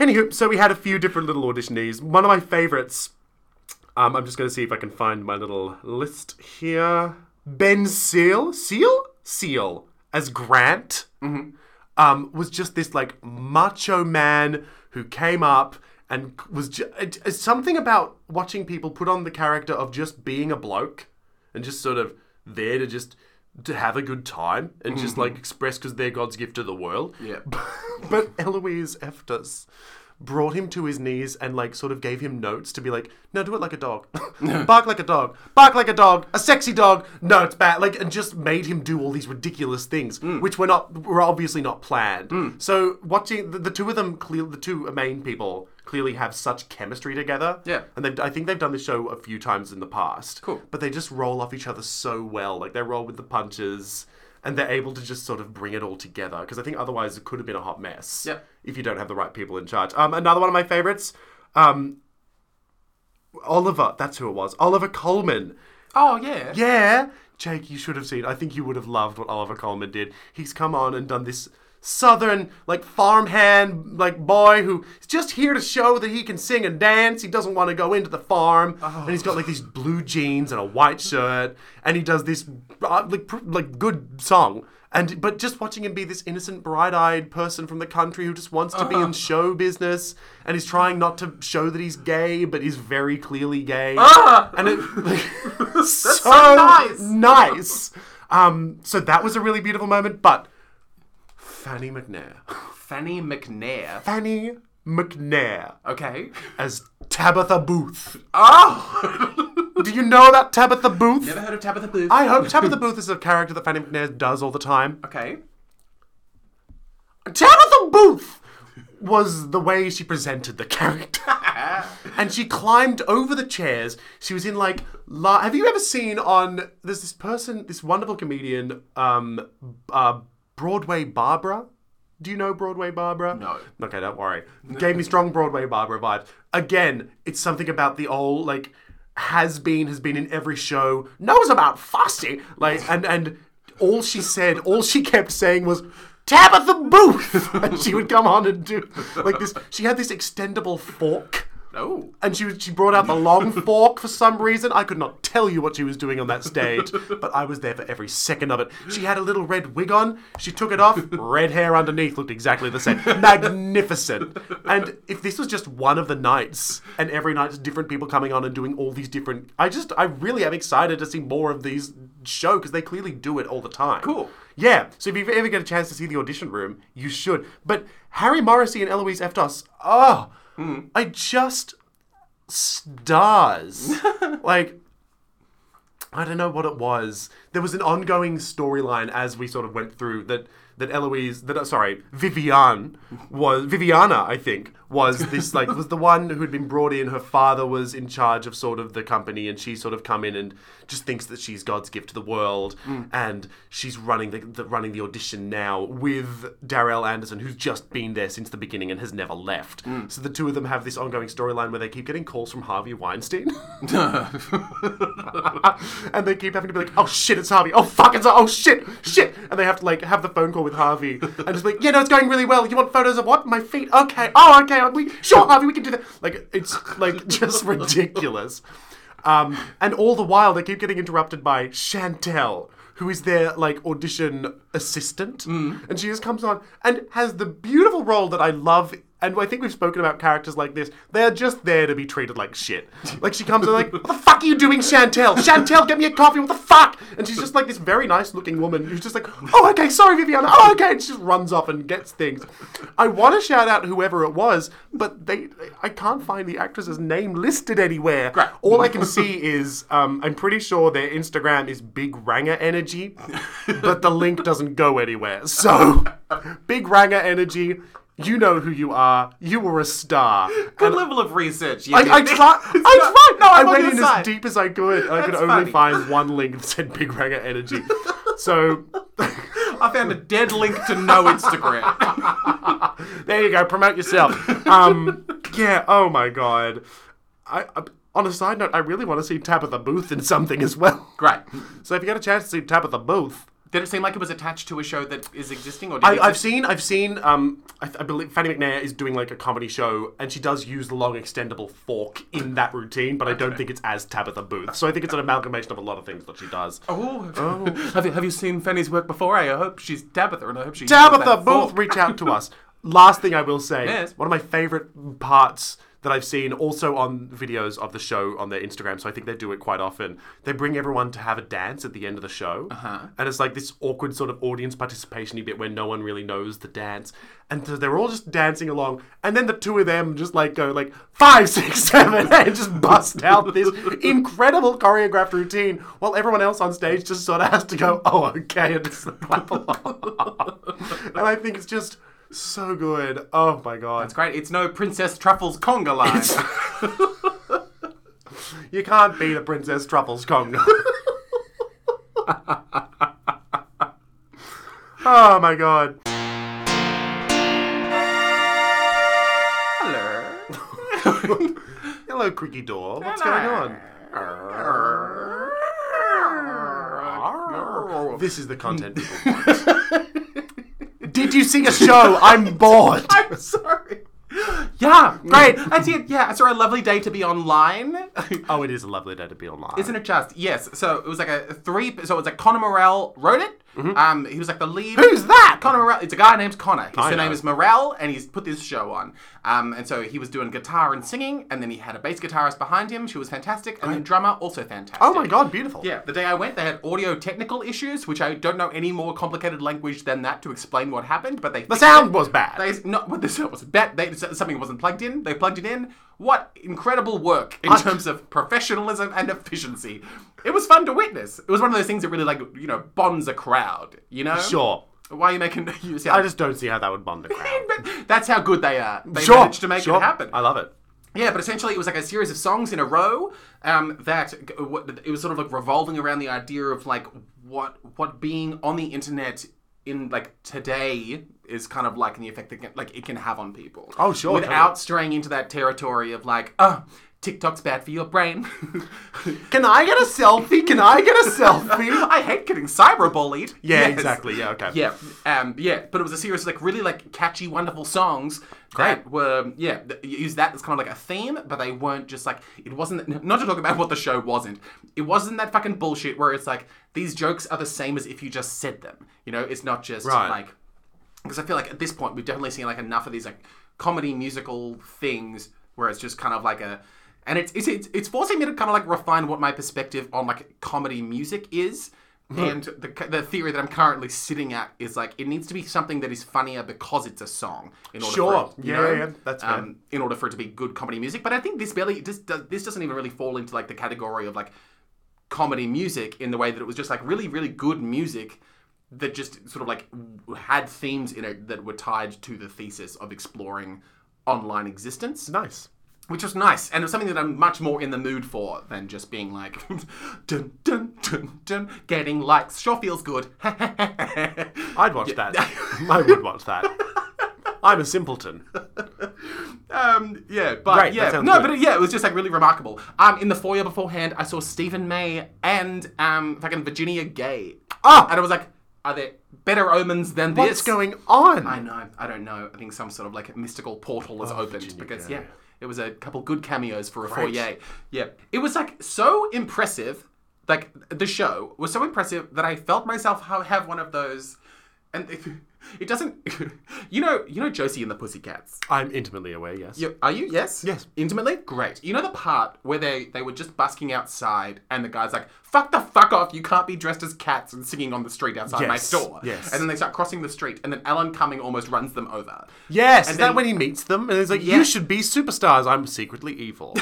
S1: Anywho, so we had a few different little auditionees. One of my favourites, um, I'm just going to see if I can find my little list here. Ben Seal, Seal, Seal, as Grant, um, was just this like macho man who came up and was ju- it- it's something about watching people put on the character of just being a bloke and just sort of there to just to have a good time and just like express because they're God's gift to the world.
S2: Yeah.
S1: but *laughs* Eloise Eftus brought him to his knees and like sort of gave him notes to be like, no, do it like a dog, *laughs* bark like a dog, bark like a dog, a sexy dog. No, it's bad. Like, and just made him do all these ridiculous things, which were not were obviously not planned. So watching the, the two of them, clear, the two main people clearly have such chemistry together.
S2: Yeah.
S1: And they've, I think they've done this show a few times in the past.
S2: Cool.
S1: But they just roll off each other so well. Like they roll with the punches and they're able to just sort of bring it all together. Because I think otherwise it could have been a hot mess.
S2: Yep.
S1: If you don't have the right people in charge. Um, another one of my favorites, um, Oliver. That's who it was. Oliver Coleman.
S2: Oh yeah.
S1: Yeah. Jake, you should have seen. I think you would have loved what Oliver Coleman did. He's come on and done this southern, like farmhand, like boy who is just here to show that he can sing and dance. He doesn't want to go into the farm, and he's got like these blue jeans and a white shirt, and he does this uh, like pr- like good song. And but just watching him be this innocent, bright-eyed person from the country who just wants to be in show business and is trying not to show that he's gay, but is very clearly gay.
S2: Ah!
S1: And it so,
S2: nice.
S1: nice. Um, so that was a really beautiful moment. But Fanny McNair,
S2: Fanny McNair.
S1: Fanny McNair
S2: Okay.
S1: as Tabitha Booth.
S2: Oh!
S1: Do you know about Tabitha Booth?
S2: *laughs* Never heard of Tabitha Booth.
S1: I hope Tabitha Booth is a character that Fanny McNair does all the time.
S2: Okay.
S1: Tabitha Booth was the way she presented the character. *laughs* and she climbed over the chairs. She was in like. La- Have you ever seen on. There's this person, this wonderful comedian, um, uh, Broadway Barbara? Do you know Broadway Barbara?
S2: No.
S1: Okay, don't worry. Gave me strong Broadway Barbara vibes. Again, it's something about the old, like, has been, has been in every show, knows about Fosse. Like, and, and all she said, all she kept saying was, Tabitha Booth! *laughs* And she would come on and do, like, this. She had this extendable fork.
S2: Oh.
S1: And she, she brought out the long fork for some reason. I could not tell you what she was doing on that stage, but I was there for every second of it. She had a little red wig on. She took it off. Red hair underneath looked exactly the same. Magnificent. And if this was just one of the nights, and every night's different people coming on and doing all these different. I just, I really am excited to see more of these show because they clearly do it all the time.
S2: Cool.
S1: Yeah. So if you ever get a chance to see the audition room, you should. But Harry Morrissey and Eloise Eftos, oh, I just stars. like, I don't know what it was. There was an ongoing storyline as we sort of went through that that Eloise, that uh, sorry, Vivian was Viviana, I think, was this like was the one who had been brought in. Her father was in charge of sort of the company, and she sort of come in and just thinks that she's God's gift to the world, and she's running the, the running the audition now with Darrell Anderson, who's just been there since the beginning and has never left. So the two of them have this ongoing storyline where they keep getting calls from Harvey Weinstein. *laughs* and they keep having to be like, oh shit, it's Harvey. Oh fuck, it's oh shit, shit. And they have to like have the phone call with Harvey and just be like, yeah, no, it's going really well. You want photos of what? My feet. Okay. Oh, okay. We sure, Harvey, we can do that. Like it's like *laughs* just ridiculous. Um, and all the while they keep getting interrupted by Chantel. Who is their like audition assistant? And she just comes on and has the beautiful role that I love and I think we've spoken about characters like this. They're just there to be treated like shit. Like she comes and like, what the fuck are you doing, Chantel? Chantel, get me a coffee. What the fuck? And she's just like this very nice looking woman who's just like, oh okay, sorry, Viviana. Oh okay, and she just runs off and gets things. I want to shout out whoever it was, but they, I can't find the actress's name listed anywhere.
S2: Great.
S1: All I can see is, um, I'm pretty sure their Instagram is Big Ranger Energy, but the link doesn't go anywhere. So, Big Ranger Energy. You know who you are. You were a star.
S2: Good level of research. You
S1: I, I
S2: did.
S1: tried. I
S2: It's not-
S1: tried.
S2: No,
S1: I
S2: I'm on
S1: went
S2: your
S1: in
S2: side.
S1: as deep as I could. and I could
S2: That's
S1: only
S2: funny.
S1: find one link that said Big Ranger Energy. So
S2: *laughs* I found a dead link to no Instagram. *laughs*
S1: there you go. Promote yourself. Um, yeah. Oh my god. I, I on a side note, I really want to see Tabitha Booth in something as well.
S2: Great.
S1: So if you get a chance to see Tabitha Booth,
S2: Did it seem like it was attached to a show that is existing, or did
S1: I,
S2: it
S1: I've seen, I've seen, um, I, I believe Fanny McNair is doing like a comedy show, and she does use the long extendable fork in that routine, but I don't think it's as Tabitha Booth. So I think it's an amalgamation of a lot of things that she does.
S2: *laughs* Oh, have you have you seen Fanny's work before? I hope she's Tabitha, and I hope she
S1: Tabitha
S2: uses that
S1: Booth,
S2: fork.
S1: reach out to us. Last thing I will say,
S2: *laughs* Yes.
S1: one of my favorite parts that I've seen also on videos of the show on their Instagram, so I think they do it quite often. They bring everyone to have a dance at the end of the show. Uh-huh. And it's like this awkward sort of audience participation bit where no one really knows the dance. And so they're all just dancing along. And then the two of them just like go like five, six, *laughs* seven, and just bust out this incredible choreographed routine while everyone else on stage just sort of has to go, oh, okay, and just *laughs* clap along. *laughs* and I think it's just so good. Oh my god.
S2: It's great. It's no Princess Truffles conga *laughs* line.
S1: You can't beat a Princess Truffles conga. *laughs* oh my god.
S2: Hello.
S1: Hello, Creaky Door. What's going
S2: *laughs*
S1: on? This is the content people want. Did you see a show? I'm bored.
S2: I'm sorry. Yeah, great. That's it. Yeah, it's a lovely day to be online.
S1: *laughs*
S2: *laughs*
S1: Oh, it is a lovely day to be online.
S2: Isn't it just? Yes. So it was like a three. So it was like Connor Morell wrote it. Um, he was like the lead.
S1: Mm-hmm. Who's that?
S2: Connor Morell. It's a guy named Connor. His
S1: I
S2: surname
S1: know.
S2: is Morell, and he's put this show on. Um, and so he was doing guitar and singing, and then he had a bass guitarist behind him. She was fantastic, and the drummer also fantastic.
S1: Oh my god, beautiful.
S2: Yeah, the day I went, they had audio technical issues, which I don't know any more complicated language than that to explain what happened. But they
S1: The sound was bad.
S2: *laughs* they no, but this was that they something wasn't plugged in. They plugged it in. What incredible work in terms of professionalism and efficiency. It was fun to witness. It was one of those things that really like you know bonds a crowd. You know,
S1: sure.
S2: Why are you making *laughs* you see?
S1: I just don't see how that would bond the crowd.
S2: *laughs* but that's how good they are. They
S1: sure.
S2: managed to make
S1: sure.
S2: it happen.
S1: I love it.
S2: Yeah, but essentially it was like a series of songs in a row um, that g- what- it was sort of like revolving around the idea of like what what being on the internet in like today is kind of like and the effect that can- like it can have on people.
S1: Oh, sure,
S2: Without
S1: totally.
S2: straying into that territory of like, oh, TikTok's bad for your brain. *laughs*
S1: Can I get a selfie? Can I get a selfie?
S2: I hate getting cyberbullied.
S1: Yeah,
S2: *laughs* Yes.
S1: exactly. Yeah, okay.
S2: Yeah, um, yeah, but it was a series of like really like catchy, wonderful songs that were yeah th- you use that as kind of like a theme, but they weren't just like it wasn't. Not to talk about what the show wasn't. It wasn't that fucking bullshit where it's like these jokes are the same as if you just said them. You know, it's not just
S1: Right.
S2: like because I feel like at this point we've definitely seen like enough of these like comedy musical things where it's just kind of like a and it's it's it's, it's forcing me to kind of like refine what my perspective on like comedy music is.
S1: Mm-hmm.
S2: And the, the theory that I'm currently sitting at is like it needs to be something that is funnier because it's a song. In order
S1: Sure.
S2: for it, you
S1: Yeah,
S2: know?
S1: yeah, yeah. That's fair.
S2: um, in order for it to be good comedy music. But I think this barely this does, this doesn't even really fall into like the category of like comedy music in the way that it was just like really really good music that just sort of like w- had themes in it that were tied to the thesis of exploring online existence
S1: Nice.
S2: which was nice and it was something that i'm much more in the mood for than just being like *laughs* dun dun dun dun getting likes sure feels good *laughs*
S1: I'd watch that. *laughs* I would watch that. I'm a simpleton.
S2: Um, yeah, but
S1: Great, that
S2: yeah,
S1: sounds
S2: no,
S1: good.
S2: but yeah, it was just like really remarkable. Um, in the foyer beforehand, I saw Stephen May and um, fucking Virginia Gay.
S1: Ah!
S2: and I was like, are there better omens than
S1: What's
S2: this?
S1: going on?
S2: I know, I don't know. I think some sort of like mystical portal has opened
S1: Oh, Virginia
S2: because
S1: Gay.
S2: yeah, it was a couple good cameos for a foyer. Yeah, it was like so impressive. Like the show was so impressive that I felt myself ha- have one of those, and *laughs* it, it doesn't. *laughs* you know, you know Josie and the Pussycats.
S1: I'm intimately aware, yes.
S2: You, are you? Yes.
S1: Yes.
S2: Intimately. Great. You know the part where they they were just busking outside, and the guy's like, "Fuck the fuck off! You can't be dressed as cats and singing on the street outside my
S1: Yes,
S2: store."
S1: yes.
S2: And then they start crossing the street, and then Alan Cumming almost runs them over.
S1: Yes, is
S2: then-
S1: that when he meets them and he's like,
S2: Yeah.
S1: "You should be superstars. I'm secretly
S2: *laughs*
S1: evil."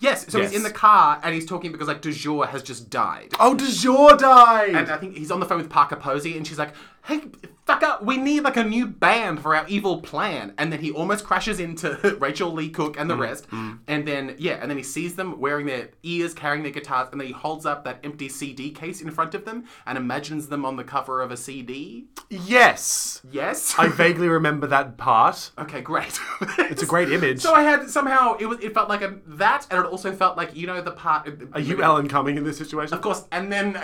S2: Yes. So he's
S1: Yes.
S2: in the car, and he's talking because like De Jour has just died.
S1: oh, does your died?
S2: And uh, I think he's on the phone with Parker Posey, and she's like, "Hey, fucker, we need like a new band for our evil plan." And then he almost crashes into *laughs* Rachel Lee Cook and the
S1: Mm,
S2: rest. And then yeah, and then he sees them wearing their ears, carrying their guitars, and then he holds up that empty CD case in front of them and imagines them on the cover of a CD.
S1: yes,
S2: Yes. *laughs*
S1: I vaguely remember that part.
S2: okay, great.
S1: It's a
S2: *laughs*
S1: great image.
S2: So I had somehow it was it felt like a that, and it also felt like you know the part.
S1: Are you Alan Cumming in this situation?
S2: Of course, and then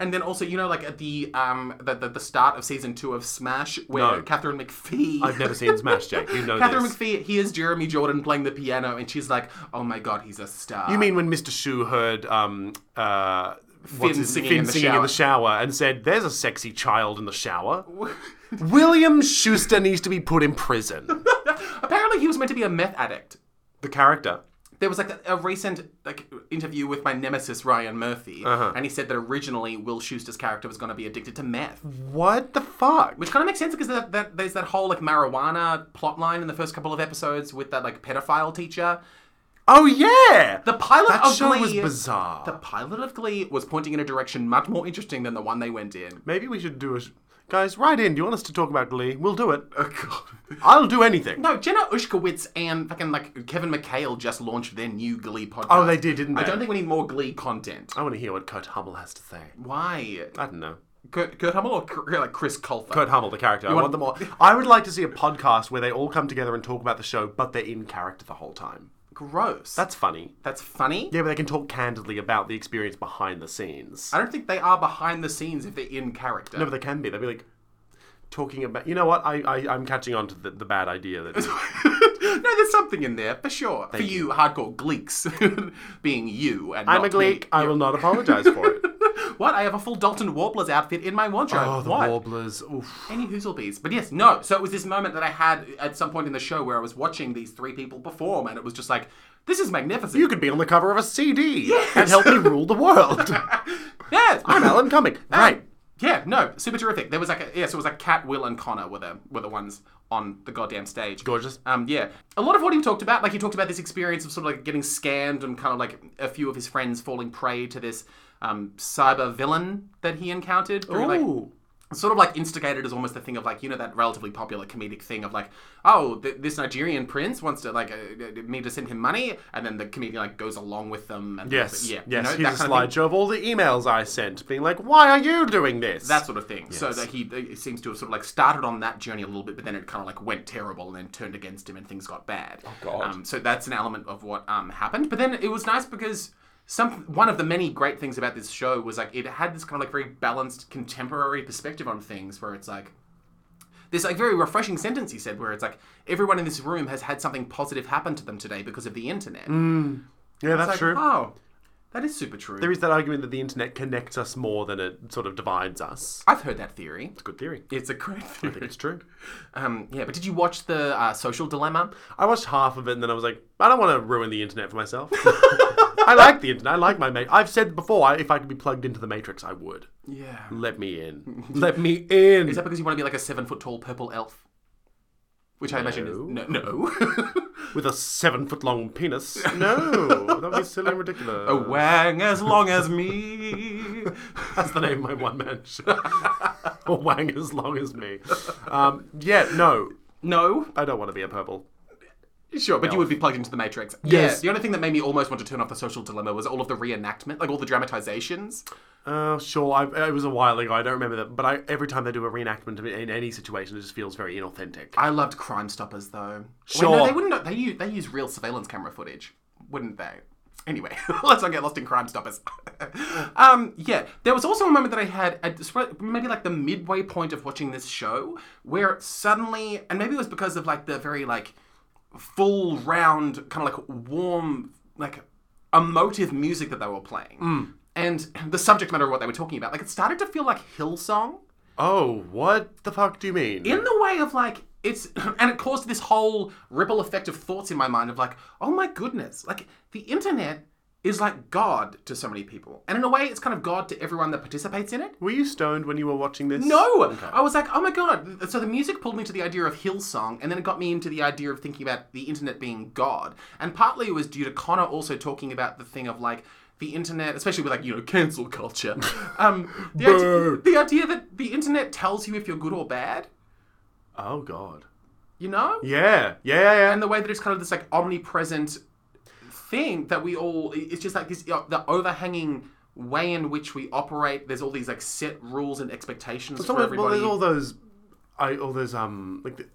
S2: and then also you know like at the um the, the, the start of season two of Smash where
S1: No.
S2: Catherine McPhee
S1: I've never seen Smash Jake. You know
S2: *laughs* Catherine
S1: this.
S2: McPhee hears Jeremy Jordan playing the piano and she's like oh my god he's a star
S1: You mean when Mr. Shu heard um, uh,
S2: Finn
S1: his-
S2: singing
S1: Finn
S2: in the
S1: singing in the shower and said, "There's a sexy child in the
S2: *laughs*
S1: shower." William Schuster needs to be put in prison.
S2: apparently he was meant to be a meth addict
S1: the character.
S2: there was like a, a recent like interview with my nemesis Ryan Murphy
S1: Uh-huh.
S2: and he said that originally Will Schuster's character was going to be addicted to meth
S1: What the fuck?
S2: Which kind of makes sense because that, that, there's that whole like marijuana plot line in the first couple of episodes with that like pedophile teacher.
S1: Oh yeah,
S2: The pilot
S1: that
S2: of
S1: show
S2: Glee
S1: was bizarre.
S2: The pilot of Glee was pointing in a direction much more interesting than the one they went in.
S1: Maybe we should do a. Sh- Guys, write in. Do you want us to talk about Glee? We'll do it.
S2: Oh god.
S1: I'll do anything.
S2: *laughs* No, Jenna Ushkowitz and fucking like Kevin McHale just launched their new Glee podcast.
S1: Oh, they did, didn't
S2: I
S1: they?
S2: don't think we need more Glee content.
S1: I want to hear what Kurt Hummel has to say.
S2: Why?
S1: I don't know.
S2: Kurt, Kurt Hummel or Kurt, like Chris Colfer?
S1: Kurt Hummel, the character. I want, them all. I would like to see a podcast where they all come together and talk about the show, but they're in character the whole time.
S2: Gross.
S1: That's funny.
S2: That's funny.
S1: Yeah, but they can talk candidly about the experience behind the scenes.
S2: I don't think they are behind the scenes if they're in character.
S1: No, but they can be. They'll *laughs* be like talking about. You know what? I, I I'm catching on to the, the bad idea that
S2: no, *laughs* No, there's something in there for sure. for you, hardcore gleeks, *laughs* being you and
S1: I'm
S2: not
S1: a Gleek.
S2: me.
S1: I will not apologize for *laughs* it.
S2: What? I have a full Dalton Warblers outfit in my wardrobe.
S1: Oh, the
S2: what?
S1: warblers. Oof.
S2: Any hoozlebees. But yes, no. So it was this moment that I had at some point in the show where I was watching these three people perform, and it was just like, this is magnificent.
S1: You could be on the cover of a CD and help me rule the world. Ah.
S2: yes,
S1: *laughs* I'm Alan Cumming. Right.
S2: Yeah, no, super terrific. There was like a, yeah, so it was like Cat, Will, and Connor were the were the ones on the goddamn stage.
S1: Gorgeous.
S2: Um, yeah, a lot of what he talked about, like he talked about this experience of sort of like getting scammed and kind of like a few of his friends falling prey to this um, cyber villain that he encountered. through, like,
S1: Ooh.
S2: sort of like instigated as almost the thing of like you know that relatively popular comedic thing of like oh th- this Nigerian prince wants to like uh, uh, me to send him money and then the comedian like goes along with them and
S1: Yes.
S2: yeah you know,
S1: yes.
S2: that
S1: Here's a
S2: kind of thing.
S1: slideshow of all the emails I sent, being like, "Why are you doing this?"
S2: that sort of thing so that he it seems to have sort of like started on that journey a little bit but then it kind of like went terrible and then turned against him and things got bad oh
S1: God.
S2: um, so that's an element of what um, happened but then it was nice because some one of the many great things about this show was like it had this kind of like very balanced contemporary perspective on things where it's like this like very refreshing sentence he said where it's like everyone in this room has had something positive happen to them today because of the internet
S1: yeah, that's
S2: It's like,
S1: true.
S2: oh that is super true
S1: There is that argument that the internet connects us more than it sort of divides us.
S2: i've heard that theory
S1: Good theory.
S2: it's a great theory
S1: I think it's true.
S2: Um, yeah, but did you watch the uh, Social Dilemma?
S1: I watched half of it and then I was like, I don't want to ruin the internet for *laughs* myself. I like the internet. I like my mate. I've said before, I, if I could be plugged into the matrix, I would.
S2: Yeah.
S1: Let me in. *laughs* Let me in.
S2: Is that because you want to be like a seven foot tall purple elf? Which I imagine is no, *laughs* no.
S1: With a seven foot long penis? *laughs* Oh, No, that would be silly and ridiculous.
S2: a wang as long as me.
S1: That's the name of my one man show. *laughs* or Wang as long as me. Um, yeah, no,
S2: no,
S1: I don't want to be a purple.
S2: sure, but you would be plugged into the Matrix.
S1: Yes.
S2: Yeah, The only thing that made me almost want to turn off the Social Dilemma was all of the reenactment, like all the dramatizations.
S1: Uh, sure, I, it was a while ago. I don't remember that, but I, every time they do a reenactment of it in any situation, it just feels very inauthentic.
S2: I loved Crime Stoppers though. Wait,
S1: Sure.
S2: no, they wouldn't. They use they use real surveillance camera footage, wouldn't they? Anyway, *laughs* let's not get lost in Crime Stoppers. *laughs* um, yeah, there was also a moment that I had at this- maybe like the midway point of watching this show where suddenly, and maybe it was because of like the very like full round kind of like warm like emotive music that they were playing. And the subject matter of what they were talking about, like it started to feel like Hillsong
S1: Oh, what the fuck do you mean?
S2: in the way of like it's *clears throat* and it caused this whole ripple effect of thoughts in my mind of like oh my goodness like the internet is like god to so many people and in a way it's kind of god to everyone that participates in it
S1: Were you stoned when you were watching this?
S2: no i was like oh my god so the music pulled me to the idea of hillsong and then it got me into the idea of thinking about the internet being god and partly it was due to connor also talking about the thing of like the internet especially with like you know cancel culture *laughs* um the,
S1: Burn.
S2: idea, the idea that the internet tells you if you're good or bad
S1: Oh god.
S2: you know
S1: Yeah, yeah, yeah. yeah.
S2: and the way that it's kind of this like omnipresent thing that we all it's just like this you know, the overhanging way in which we operate there's all these like set rules and expectations
S1: So,
S2: for
S1: well, well,
S2: everybody
S1: there's all those, I all those um like, the,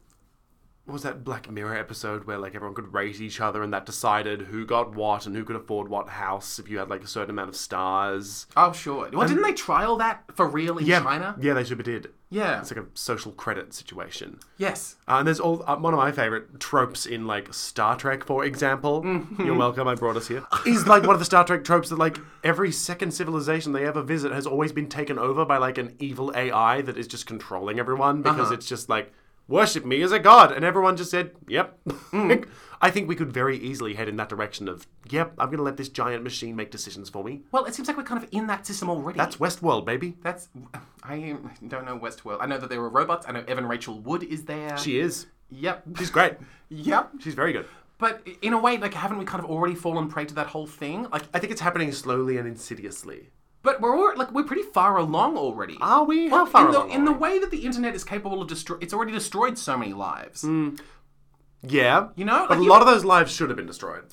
S1: what was that Black Mirror episode where like everyone could rate each other and that decided who got what and who could afford what house if you had like a certain amount of stars.
S2: oh sure well didn't they trial that for real in
S1: Yeah,
S2: china
S1: Yeah, they super did.
S2: yeah
S1: It's like a social credit situation.
S2: yes
S1: Uh, and there's all uh, one of my favorite tropes in like Star Trek, for example. You're welcome. I brought us here. Mm-hmm. Is like one of the Star Trek tropes that like every second civilization they ever visit has always been taken over by like an evil AI that is just controlling everyone because it's just like worship me as a god, and everyone just said, "Yep." *laughs* I think we could very easily head in that direction of, "Yep, I'm going to let this giant machine make decisions for me."
S2: well it seems like we're kind of in that system already
S1: That's Westworld, baby.
S2: that's i don't know westworld i know that there were robots i know evan rachel wood is there
S1: She is.
S2: yep
S1: She's great.
S2: yep
S1: She's very good.
S2: but in a way like haven't we kind of already fallen prey to that whole thing like
S1: I think it's happening slowly and insidiously.
S2: But we're all, like we're pretty far along already.
S1: Are we? How
S2: Well,
S1: far
S2: in the,
S1: along
S2: in
S1: are
S2: the way that the internet is capable of destroy, it's already destroyed so many lives.
S1: Yeah.
S2: You know,
S1: But
S2: Like,
S1: a lot Mm. of those lives should have been destroyed.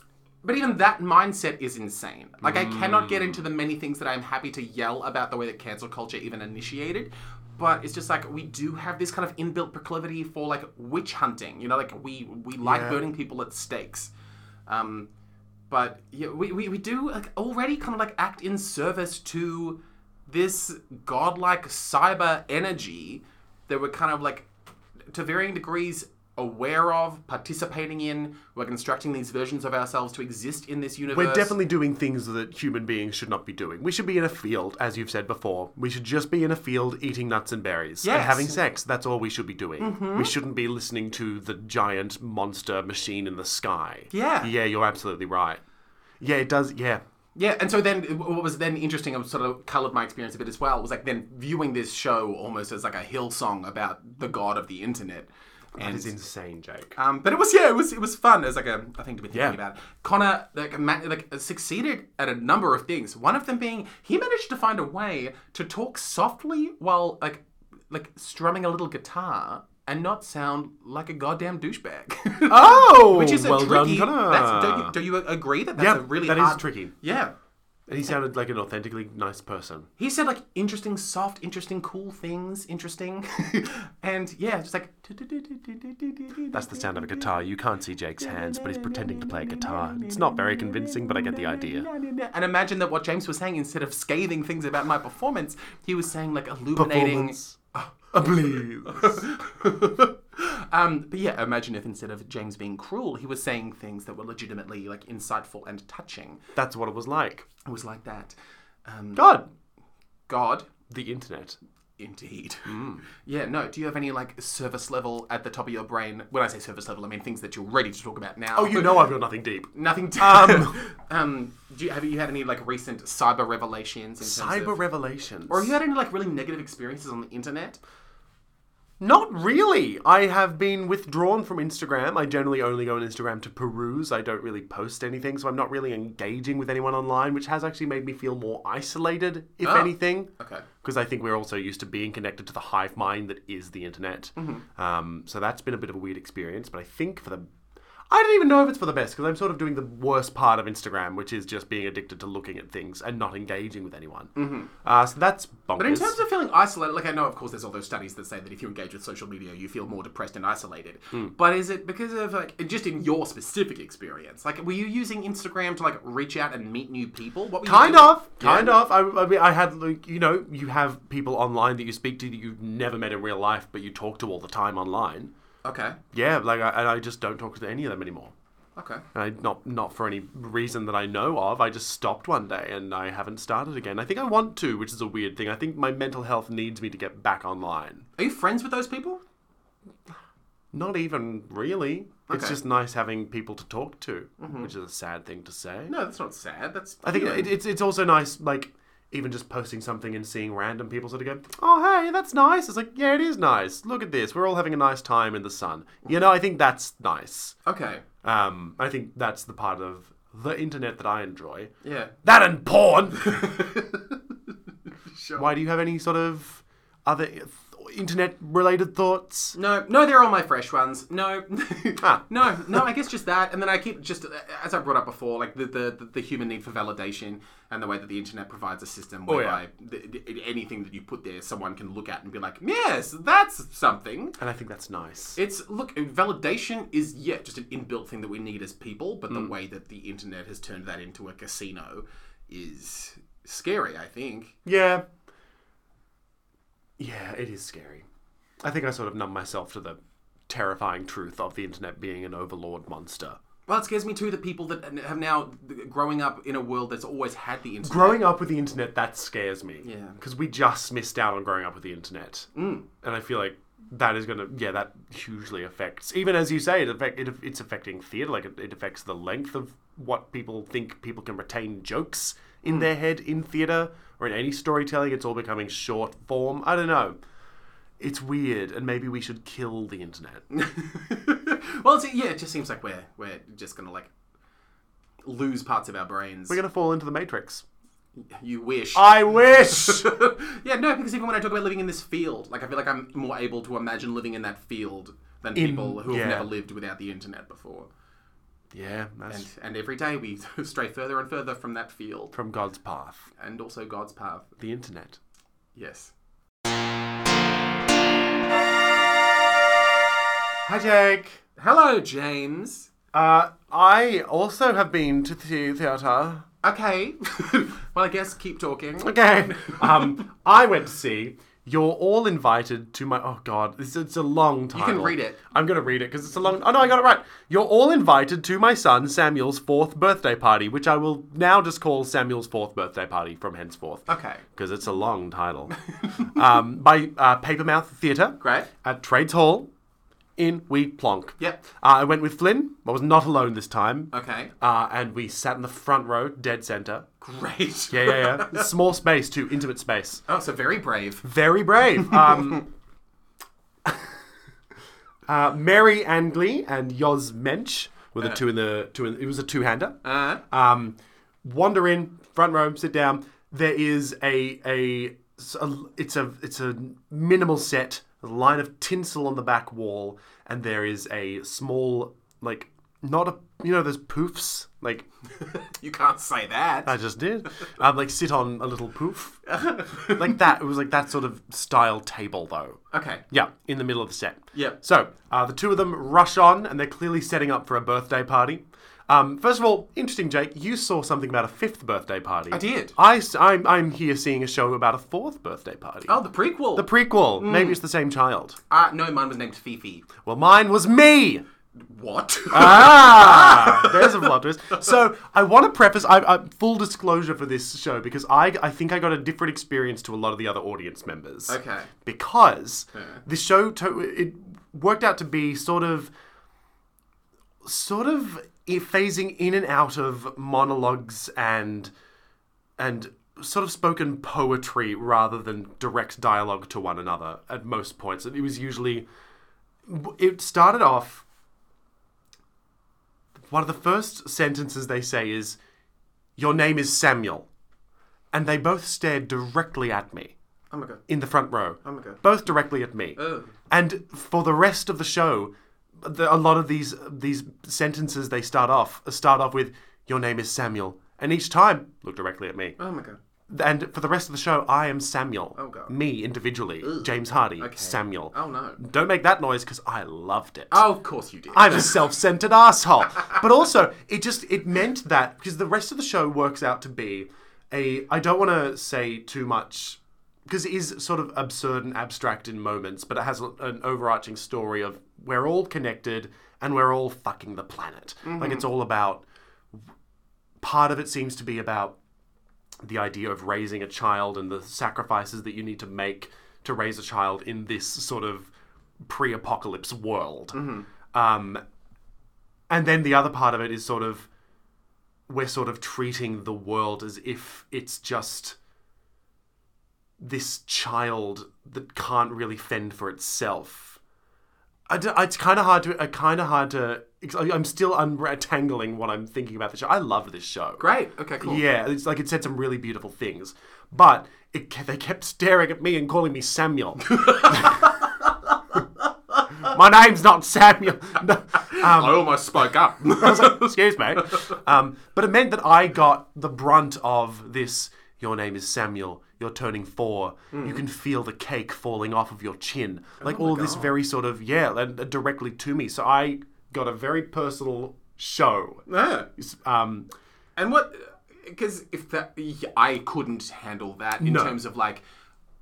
S2: But even that mindset is insane. Like, I cannot get
S1: Mm.
S2: into the many things that I'm happy to yell about the way that cancel culture even initiated. But it's just like we do have this kind of inbuilt proclivity for like witch hunting. You know, like we we like burning people at stakes. Um, but yeah, we, we, we do like already kind of like act in service to this godlike cyber energy that we're kind of like to varying degrees aware of, participating in. We're constructing these versions of ourselves to exist in this universe.
S1: We're definitely doing things that human beings should not be doing. We should be in a field, as you've said before. We should just be in a field eating nuts and berries and
S2: Yes. Mm-hmm.
S1: having sex. That's all we should be doing. We shouldn't be listening to the giant monster machine in the sky.
S2: Yeah.
S1: Yeah, you're absolutely right. Yeah, it does. Yeah.
S2: Yeah, and so then what was then interesting and sort of coloured my experience a bit as well was like then viewing this show almost as like a hill song about the god of the internet.
S1: That is
S2: And
S1: insane, Jake.
S2: um, but it was yeah, it was it was fun as like a I think to be thinking
S1: Yeah.
S2: about. Connor like, ma- like succeeded at a number of things. One of them being he managed to find a way to talk softly while like like strumming a little guitar and not sound like a goddamn douchebag. *laughs*
S1: Oh,
S2: which is a
S1: well done,
S2: tricky.
S1: Connor.
S2: that's, don't, you, don't you agree that that's
S1: Yeah,
S2: a really
S1: that is
S2: hard,
S1: tricky.
S2: Yeah.
S1: And he sounded like an authentically nice person.
S2: He said like interesting, soft, interesting, cool things, interesting, *laughs* and yeah, just like.
S1: That's the sound of a guitar. You can't see Jake's hands, but he's pretending to play a guitar. It's not very convincing, but I get the idea.
S2: And imagine that what James was saying, instead of scathing things about my performance, he was saying like illuminating. *laughs*
S1: please.
S2: um, but yeah, imagine if instead of James being cruel, he was saying things that were legitimately like insightful and touching.
S1: That's what it was like.
S2: It was like that. Um,
S1: God,
S2: God,
S1: the internet.
S2: Indeed.
S1: Hmm.
S2: *laughs* Yeah, no. Do you have any like service level at the top of your brain? When I say service level, I mean things that you're ready to talk about now.
S1: Oh, you know I've got nothing deep.
S2: nothing. To, *laughs* um, do you, have you had any like recent cyber revelations? In terms
S1: Cyber
S2: of,
S1: revelations.
S2: or have you had any like really negative experiences on the internet?
S1: Not really. I have been withdrawn from Instagram. I generally only go on Instagram to peruse. I don't really post anything, so I'm not really engaging with anyone online, which has actually made me feel more isolated, if anything.
S2: Okay.
S1: Because I think we're also used to being connected to the hive mind that is the internet.
S2: Mm-hmm.
S1: Um, so that's been a bit of a weird experience, but I think for the. I don't even know if it's for the best, because I'm sort of doing the worst part of Instagram, which is just being addicted to looking at things and not engaging with anyone. Uh, so that's bonkers.
S2: Mm-hmm. But in terms of feeling isolated, like I know, of course, there's all those studies that say that if you engage with social media, you feel more depressed and isolated.
S1: Hmm.
S2: But is it because of like just in your specific experience? Like, were you using Instagram to like reach out and meet new people? What were you
S1: Kind
S2: doing?
S1: of, kind of. I, I mean, I had like you know, you have people online that you speak to that you've never met in real life, but you talk to all the time online.
S2: Okay.
S1: Yeah, like I, and I just don't talk to any of them anymore.
S2: Okay.
S1: And I not not for any reason that I know of. I just stopped one day and I haven't started again. I think I want to, which is a weird thing. I think my mental health needs me to get back online.
S2: Are you friends with those people?
S1: Not even really. It's
S2: Okay. Mm-hmm.
S1: just nice having people to talk to, which is a sad thing to say.
S2: No, that's not sad. That's
S1: I think it, it's it's also nice, like even just posting something and seeing random people sort of go, "Oh, hey, that's nice." It's like, yeah, it is nice. Look at this. We're all having a nice time in the sun. You know, I think that's nice.
S2: okay.
S1: Um, I think that's the part of the internet that I enjoy.
S2: Yeah.
S1: That and *laughs* porn.
S2: Sure.
S1: Why do you have any sort of other internet-related thoughts?
S2: No, no, they're all my fresh ones. No, *laughs*
S1: Ah.
S2: no, no. I guess just that, and then I keep just as I brought up before, like the the, the human need for validation and the way that the internet provides a system whereby th- th- anything that you put there, someone can look at and be like, yes, that's something.
S1: And I think that's nice.
S2: It's look, validation is yeah, just an inbuilt thing that we need as people, but the way that the internet has turned that into a casino is scary. I think.
S1: Yeah. Yeah, it is scary. I think I sort of numb myself to the terrifying truth of the internet being an overlord monster.
S2: Well, it scares me too. The people that have now growing up in a world that's always had the internet.
S1: Growing up with the internet, that scares me.
S2: Yeah.
S1: Because we just missed out on growing up with the internet. Mm. And I feel like that is going to, yeah, that hugely affects, even as you say, it affect, it, it's affecting theatre. Like, it, it affects the length of what people think people can retain jokes in their head in theatre or in any storytelling. It's all becoming short form. I don't know. It's weird, and maybe we should kill the internet.
S2: *laughs* well, it's, yeah, it just seems like we're we're just gonna like lose parts of our brains.
S1: We're going to fall into the Matrix.
S2: you wish.
S1: I wish!
S2: *laughs* yeah, no, because even when I talk about living in this field, like I feel like I'm more able to imagine living in that field than people who
S1: yeah.
S2: have never lived without the internet before.
S1: *laughs* yeah, that's
S2: And, and every day we *laughs* stray further and further from that field
S1: from God's path,
S2: and also God's path.
S1: the internet.
S2: Yes.
S1: Hi, Jake.
S2: Hello, James.
S1: Uh, I also have been to the theatre. *laughs*
S2: *laughs* Okay. well, I guess keep talking.
S1: Okay. Um, I went to see You're all invited to my. Oh God, it's, it's a long title.
S2: read it.
S1: I'm gonna read it because it's a long. Oh no, I got it right. You're all invited to my son Samuel's fourth birthday party, which I will now just call Samuel's fourth birthday party from henceforth.
S2: Okay.
S1: Because it's a long title. *laughs* um, by uh, Papermouth Theatre.
S2: Great.
S1: At Trades Hall, in Wee Plonk.
S2: Yep.
S1: Uh, I went with Flynn. I was not alone this time.
S2: Okay.
S1: Uh, and we sat in the front row, dead center.
S2: Great.
S1: Yeah, yeah, yeah. Small space too, intimate space.
S2: Oh, so very brave. *laughs*
S1: Very brave. Um, uh, Mary Angley and Yoz Mensch were the two in the two. In, it was a two-hander.
S2: Uh,
S1: Um, wander in front row, sit down. There is a a, s- a- it's a it's a minimal set, a line of tinsel on the back wall, and there is a small like not a you know those poofs like
S2: you can't say that.
S1: I just did. Um, like sit on a little poof, like that. It was like that sort of style table though.
S2: okay.
S1: Yeah, in the middle of the set.
S2: Yep.
S1: So uh, the two of them rush on, and they're clearly setting up for a birthday party. Um, first of all, interesting, Jake. You saw something about a fifth birthday party. I
S2: did.
S1: I, am I'm here seeing a show about a fourth birthday party.
S2: Oh, Hmm. the prequel.
S1: The prequel. Maybe it's the same child.
S2: uh, no, mine was named Fifi.
S1: Well, mine was me. *laughs*
S2: What?
S1: Ah, *laughs* there's a plot twist. So I want to preface, I, I, full disclosure for this show because I, I think I got a different experience to a lot of the other audience members.
S2: Okay.
S1: Because the show to, it worked out to be sort of, sort of i- phasing in and out of monologues and and sort of spoken poetry rather than direct dialogue to one another at most points. It was usually it started off one of the first sentences they say is your name is samuel and they both stared directly at me
S2: oh my god.
S1: in the front row oh
S2: my God. Oh.
S1: both directly at me and for the rest of the show the, a lot of these these sentences they start off start off with your name is samuel and each time look directly at me
S2: Oh my god.
S1: and for the rest of the show i am samuel oh
S2: God.
S1: me individually james hardy samuel
S2: Oh no.
S1: don't make that noise because i loved it
S2: Oh, of course you did.
S1: I'm a self-centered asshole. But also, it just it meant that because the rest of the show works out to be a I don't want to say too much because it is sort of absurd and abstract in moments, but it has a- an overarching story of we're all connected and we're all fucking the planet. Like it's all about part of it seems to be about the idea of raising a child and the sacrifices that you need to make to raise a child in this sort of pre-apocalypse world. Um, and then the other part of it is sort of we're sort of treating the world as if it's just this child that can't really fend for itself. I d- it's kind of hard to. kind of hard to. I'm still untangling what I'm thinking about the show. I love this show.
S2: Great. Okay. Cool.
S1: Yeah, it's like it said some really beautiful things, but it ke- they kept staring at me and calling me
S2: *laughs*
S1: Samuel. *laughs* My name's not
S2: *laughs*
S1: Samuel. No, um,
S2: I almost spoke up. *laughs*
S1: *laughs* I was like, excuse me. Um, but it meant that I got the brunt of this. Your name is Samuel. You're turning four. You can feel the cake falling off of your chin. Like all of this very sort of, yeah, and, uh, directly to me. So I got a very personal show.
S2: Yeah.
S1: It's, Um,
S2: And what? Because if that, yeah, I couldn't handle that in
S1: No.
S2: terms of like,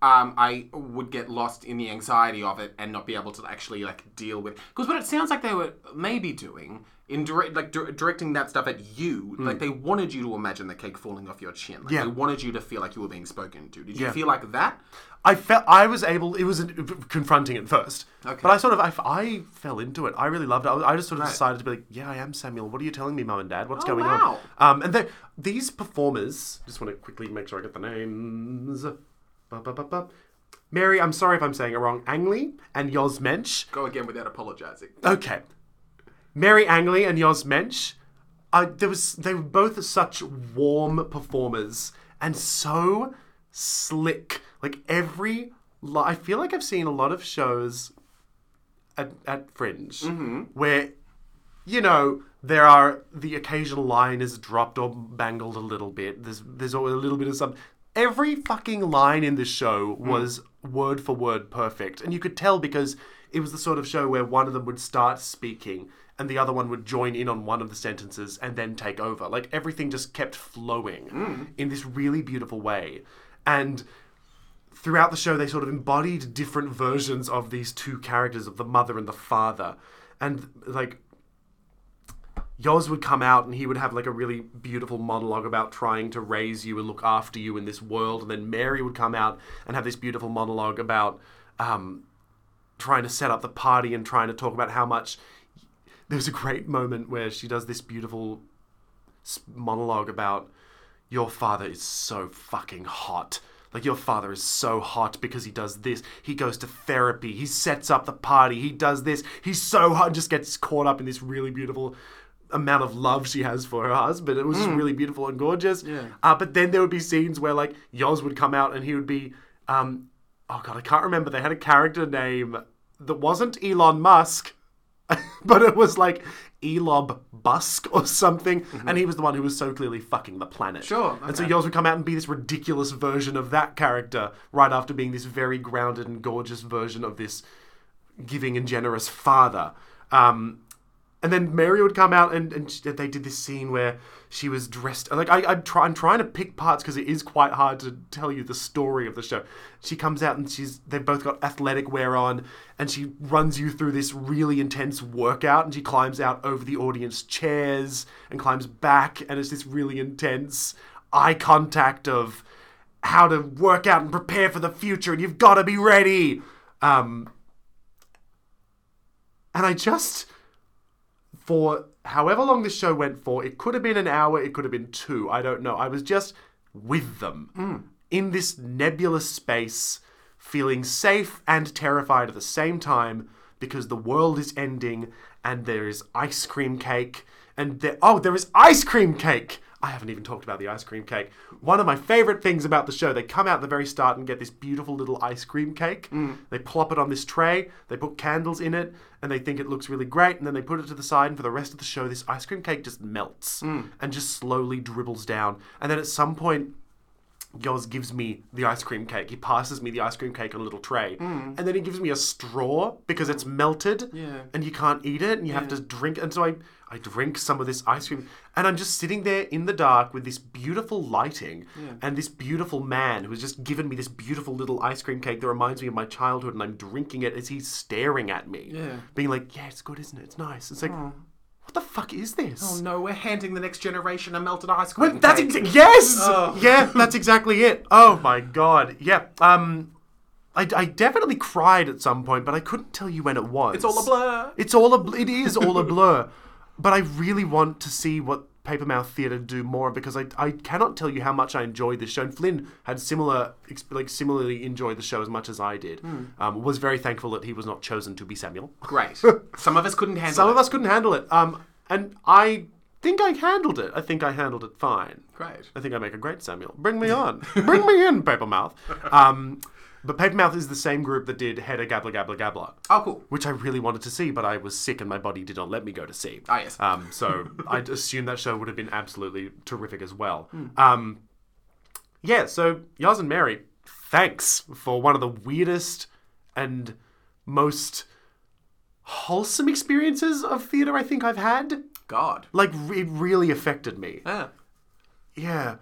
S2: um, I would get lost in the anxiety of it and not be able to actually like deal with. Because what it sounds like they were maybe doing in direct, like dir- directing that stuff at you, like they wanted you to imagine the cake falling off your chin. Like
S1: Mm. Yeah.
S2: They wanted you to feel like you were being spoken to. Did you feel like that?
S1: I felt I was able. It was uh, confronting at first, but I sort of I, f- I fell into it. I really loved it. I, was- I just sort of decided to be like, yeah, I am Samuel. What are you telling me, Mum and Dad? What's going
S2: wow.
S1: on? Um, and the, these performers. Just want to quickly make sure I get the names. Ba, ba, ba, ba. Mary, I'm sorry if I'm saying it wrong. Angley and Yoz Mensch.
S2: Go again without apologizing.
S1: Okay, Mary Angley and Yoz Mensch. I, there was they were both such warm performers and so slick. Like every, li- I feel like I've seen a lot of shows at, at Fringe where, you know, there are the occasional line is dropped or bangled a little bit. There's there's always a little bit of something. Every fucking line in this show was word for word perfect, and you could tell because it was the sort of show where one of them would start speaking and the other one would join in on one of the sentences and then take over. Like everything just kept flowing in this really beautiful way, and throughout the show, they sort of embodied different versions of these two characters of the mother and the father. And like, Yoz would come out and he would have like a really beautiful monologue about trying to raise you and look after you in this world. And then Mary would come out and have this beautiful monologue about um, trying to set up the party and trying to talk about how much. There's a great moment where she does this beautiful s- monologue about your father is so fucking hot. Like, your father is so hot because he does this. He goes to therapy. He sets up the party. He does this. He's so hot. Just gets caught up in this really beautiful amount of love she has for her husband. It was just really beautiful and gorgeous.
S2: Yeah.
S1: Uh, but then there would be scenes where, like, Yoz would come out and he would be, um, oh God, I can't remember. They had a character name that wasn't Elon Musk *laughs* but it was like Elob Busk or something, and he was the one who was so clearly fucking the planet.
S2: Mm-hmm. Sure,
S1: And so
S2: okay.
S1: Yoz would come out and be this ridiculous version of that character, right after being this very grounded and gorgeous version of this giving and generous father. Um, and then Mary would come out, and, and sh- they did this scene where she was dressed. Like I, I try, I'm trying to pick parts because it is quite hard to tell you the story of the show. She comes out and she's they've both got athletic wear on, and she runs you through this really intense workout, and she climbs out over the audience chairs and climbs back, and it's this really intense eye contact of how to work out and prepare for the future, and you've got to be ready. Um, and I just for however long this show went for, it could have been an hour, it could have been two, I don't know. I was just with them in this nebulous space, feeling safe and terrified at the same time because the world is ending and there is ice cream cake and there oh there is ice cream cake i haven't even talked about the ice cream cake one of my favorite things about the show they come out at the very start and get this beautiful little ice cream cake they plop it on this tray they put candles in it and they think it looks really great and then they put it to the side and for the rest of the show this ice cream cake just melts and just slowly dribbles down and then at some point Yoz gives me the ice cream cake. He passes me the ice cream cake on a little tray. And then he gives me a straw because it's melted
S2: Yeah.
S1: and you can't eat it and you have to drink. And so I, I drink some of this ice cream. And I'm just sitting there in the dark with this beautiful lighting and this beautiful man who has just given me this beautiful little ice cream cake that reminds me of my childhood. And I'm drinking it as he's staring at me.
S2: Yeah.
S1: Being like, yeah, it's good, isn't it? It's nice. It's like, what the fuck is this?
S2: Oh no, we're handing the next generation a melted ice cream.
S1: That's
S2: cake.
S1: exa- yes,
S2: Oh.
S1: yeah, that's exactly it. Oh my god, yeah. Um, I, I definitely cried at some point, but I couldn't tell you when it was.
S2: It's all a blur.
S1: It's all a. Bl- it is all a blur. but I really want to see what Papermouth Theatre do more because I, I cannot tell you how much I enjoyed this show. And Flynn had similar ex- like similarly enjoyed the show as much as I did. Um, was very thankful that he was not chosen to be Samuel. *laughs*
S2: Great. Some of us couldn't handle
S1: Some
S2: it.
S1: of us couldn't handle it. Um, and I think I handled it. I think I handled it fine.
S2: Great.
S1: I think I make a great Samuel. Bring me on. Bring me in, Papermouth. Um, but Papermouth is the same group that did Hedda Gabla Gabla Gabla,
S2: Oh, cool.
S1: which I really wanted to see, but I was sick and my body did not let me go to see.
S2: Ah, yes.
S1: Um,
S2: *laughs*
S1: so I'd assume that show would have been absolutely terrific as well.
S2: Hmm.
S1: Um, yeah, so Yaz and Mary, thanks for one of the weirdest and most wholesome experiences of theatre I think I've had.
S2: God.
S1: Like, re- it really affected me.
S2: Yeah.
S1: Yeah.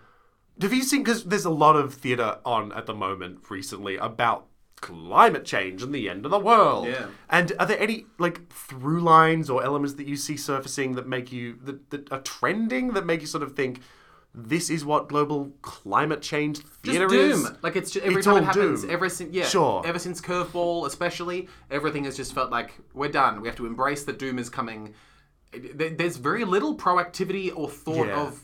S1: Have you seen? Because there's a lot of theatre on at the moment recently about climate change and the end of the world.
S2: Yeah.
S1: And are there any like through lines or elements that you see surfacing that make you that, that are trending that make you sort of think this is what global climate change theatre
S2: Just
S1: is?
S2: doom. Like it's just, every
S1: It's
S2: time it
S1: all
S2: happens,
S1: doom.
S2: ever since yeah,
S1: Sure.
S2: ever since Curveball, especially, everything has just felt like we're done. We have to embrace that doom is coming. There- There's very little proactivity or thought
S1: Yeah.
S2: of.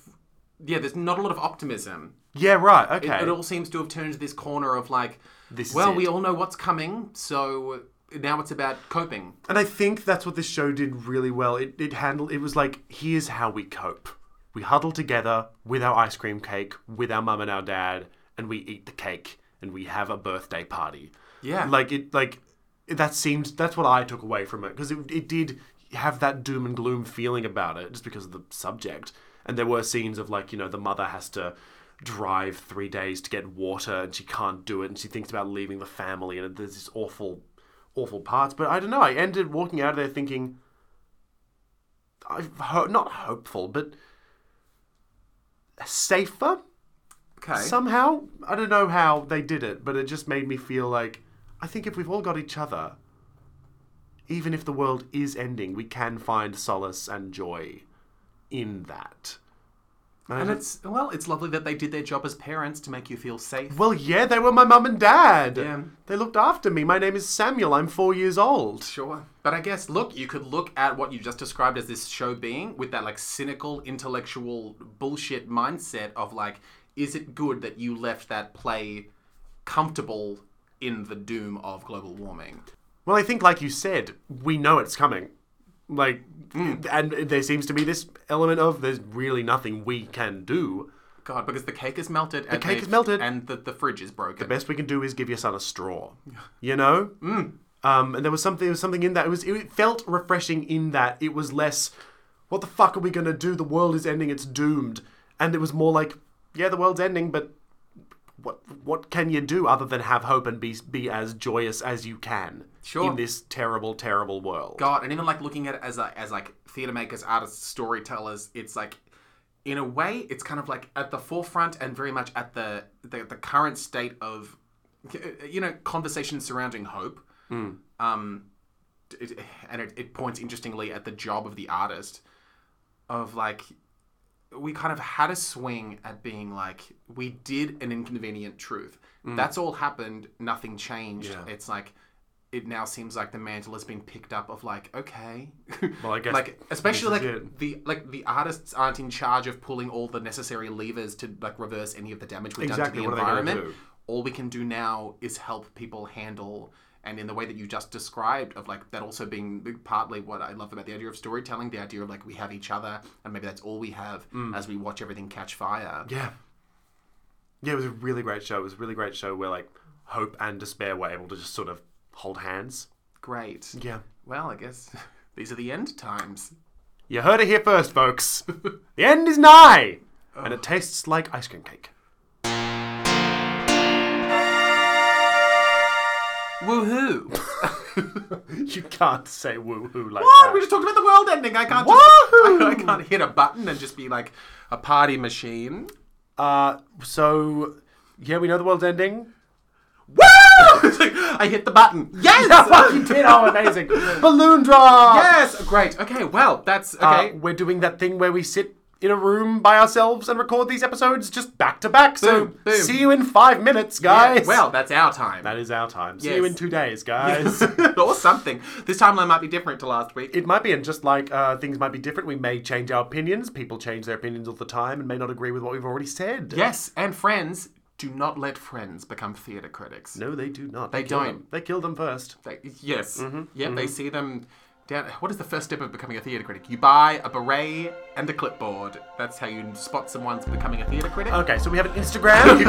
S2: Yeah, there's not a lot of optimism.
S1: Yeah. Right. Okay.
S2: It all seems to have turned to this corner of like,
S1: This is
S2: well,
S1: it.
S2: we all know what's coming, so now it's about coping.
S1: And I think that's what this show did really well. It, it handled it was like here's how we cope. We huddle together with our ice cream cake, with our mum and our dad, and we eat the cake and we have a birthday party.
S2: Yeah.
S1: Like it like that seemed that's what I took away from it because it, it did have that doom and gloom feeling about it just because of the subject. And there were scenes of like, you know, the mother has to drive 3 days to get water and she can't do it and she thinks about leaving the family and there's this awful awful parts, but I don't know. I ended walking out of there thinking, I've ho- not hopeful, but safer.
S2: Okay.
S1: Somehow, I don't know how they did it, but it just made me feel like I think if we've all got each other, even if the world is ending, we can find solace and joy in that.
S2: and it's well, it's lovely that they did their job as parents to make you feel safe.
S1: Well, yeah, they were my mum and dad.
S2: Yeah.
S1: They looked after me. My name is Samuel. I'm four years old.
S2: Sure. But I guess, look, you could look at what you just described as this show being with that like cynical, intellectual bullshit mindset of like, is it good that you left that play comfortable in the doom of global warming?
S1: Well, I think, like you said, we know it's coming. Like,
S2: Hmm.
S1: and there seems to be this element of there's really nothing we can do.
S2: God, because the cake is melted. The
S1: cake is melted.
S2: And the, the fridge is broken.
S1: Best we can do is give your son a straw. You know. Um, and there was something, there was something in that. It was, it felt refreshing in that it was less, what the fuck are we gonna do? The world is ending. It's doomed. And it was more like, yeah, the world's ending, but what what can you do other than have hope and be be as joyous as you can
S2: Sure.
S1: in this terrible, terrible world?
S2: God, and even like looking at it as like as like theater makers, artists, storytellers, it's like in a way it's kind of like at the forefront and very much at the the, the current state of you know conversations surrounding hope. Um, it, and it, it points interestingly at the job of the artist of like we kind of had a swing at being like we did an inconvenient truth that's all happened nothing changed it's like it now seems like the mantle has been picked up of like okay *laughs*
S1: Well, I guess
S2: like especially like
S1: this is it.
S2: the like the artists aren't in charge of pulling all the necessary levers to like reverse any of the damage we've
S1: Exactly,
S2: done to
S1: what
S2: the
S1: are they gonna
S2: environment
S1: do?
S2: all we can do now is help people handle and in the way that you just described of like that also being partly what i love about the idea of storytelling the idea of like we have each other and maybe that's all we have as we watch everything catch fire
S1: Mm. Yeah. Yeah, it was a really great show. It was a really great show where like hope and despair were able to just sort of hold hands.
S2: great
S1: Yeah.
S2: well i guess *laughs* these are the end times
S1: You heard it here first, folks. *laughs* the end is nigh. And it tastes like ice cream cake. *laughs*
S2: woohoo
S1: You can't say woo hoo like
S2: What? we
S1: that.
S2: just talked about the world ending i can't
S1: Woohoo!
S2: just i can't hit a button and just be like a party machine
S1: Uh, so yeah, we know the world's ending.
S2: Woo! *laughs* It's like, I hit the button. Yes!
S1: Yeah, *laughs* fucking did. Oh,
S2: *laughs*
S1: amazing. Balloon drop.
S2: Yes! Great. Okay, well, that's
S1: Uh,
S2: okay.
S1: we're doing that thing where we sit in a room by ourselves and record these episodes just back to back. So
S2: Boom, boom.
S1: see you in five minutes, guys.
S2: Yeah, well, that's our time. *laughs*
S1: That is our time. See
S2: Yes.
S1: you in two days,
S2: *laughs*
S1: guys.
S2: or something. This timeline might be different to last week.
S1: it might be, and just like uh, things might be different, we may change our opinions. People change their opinions all the time and may not agree with what we've already said.
S2: yes, and friends, do not let friends become theatre critics.
S1: No, they do not.
S2: They
S1: kill
S2: don't.
S1: them. They kill them first.
S2: They, yes.
S1: Mm-hmm,
S2: Yep, they see them down. What is the first step of becoming a theatre critic? You buy a beret and a clipboard. That's how you spot someone's becoming a theatre critic. *laughs*
S1: Okay, so we have an Instagram.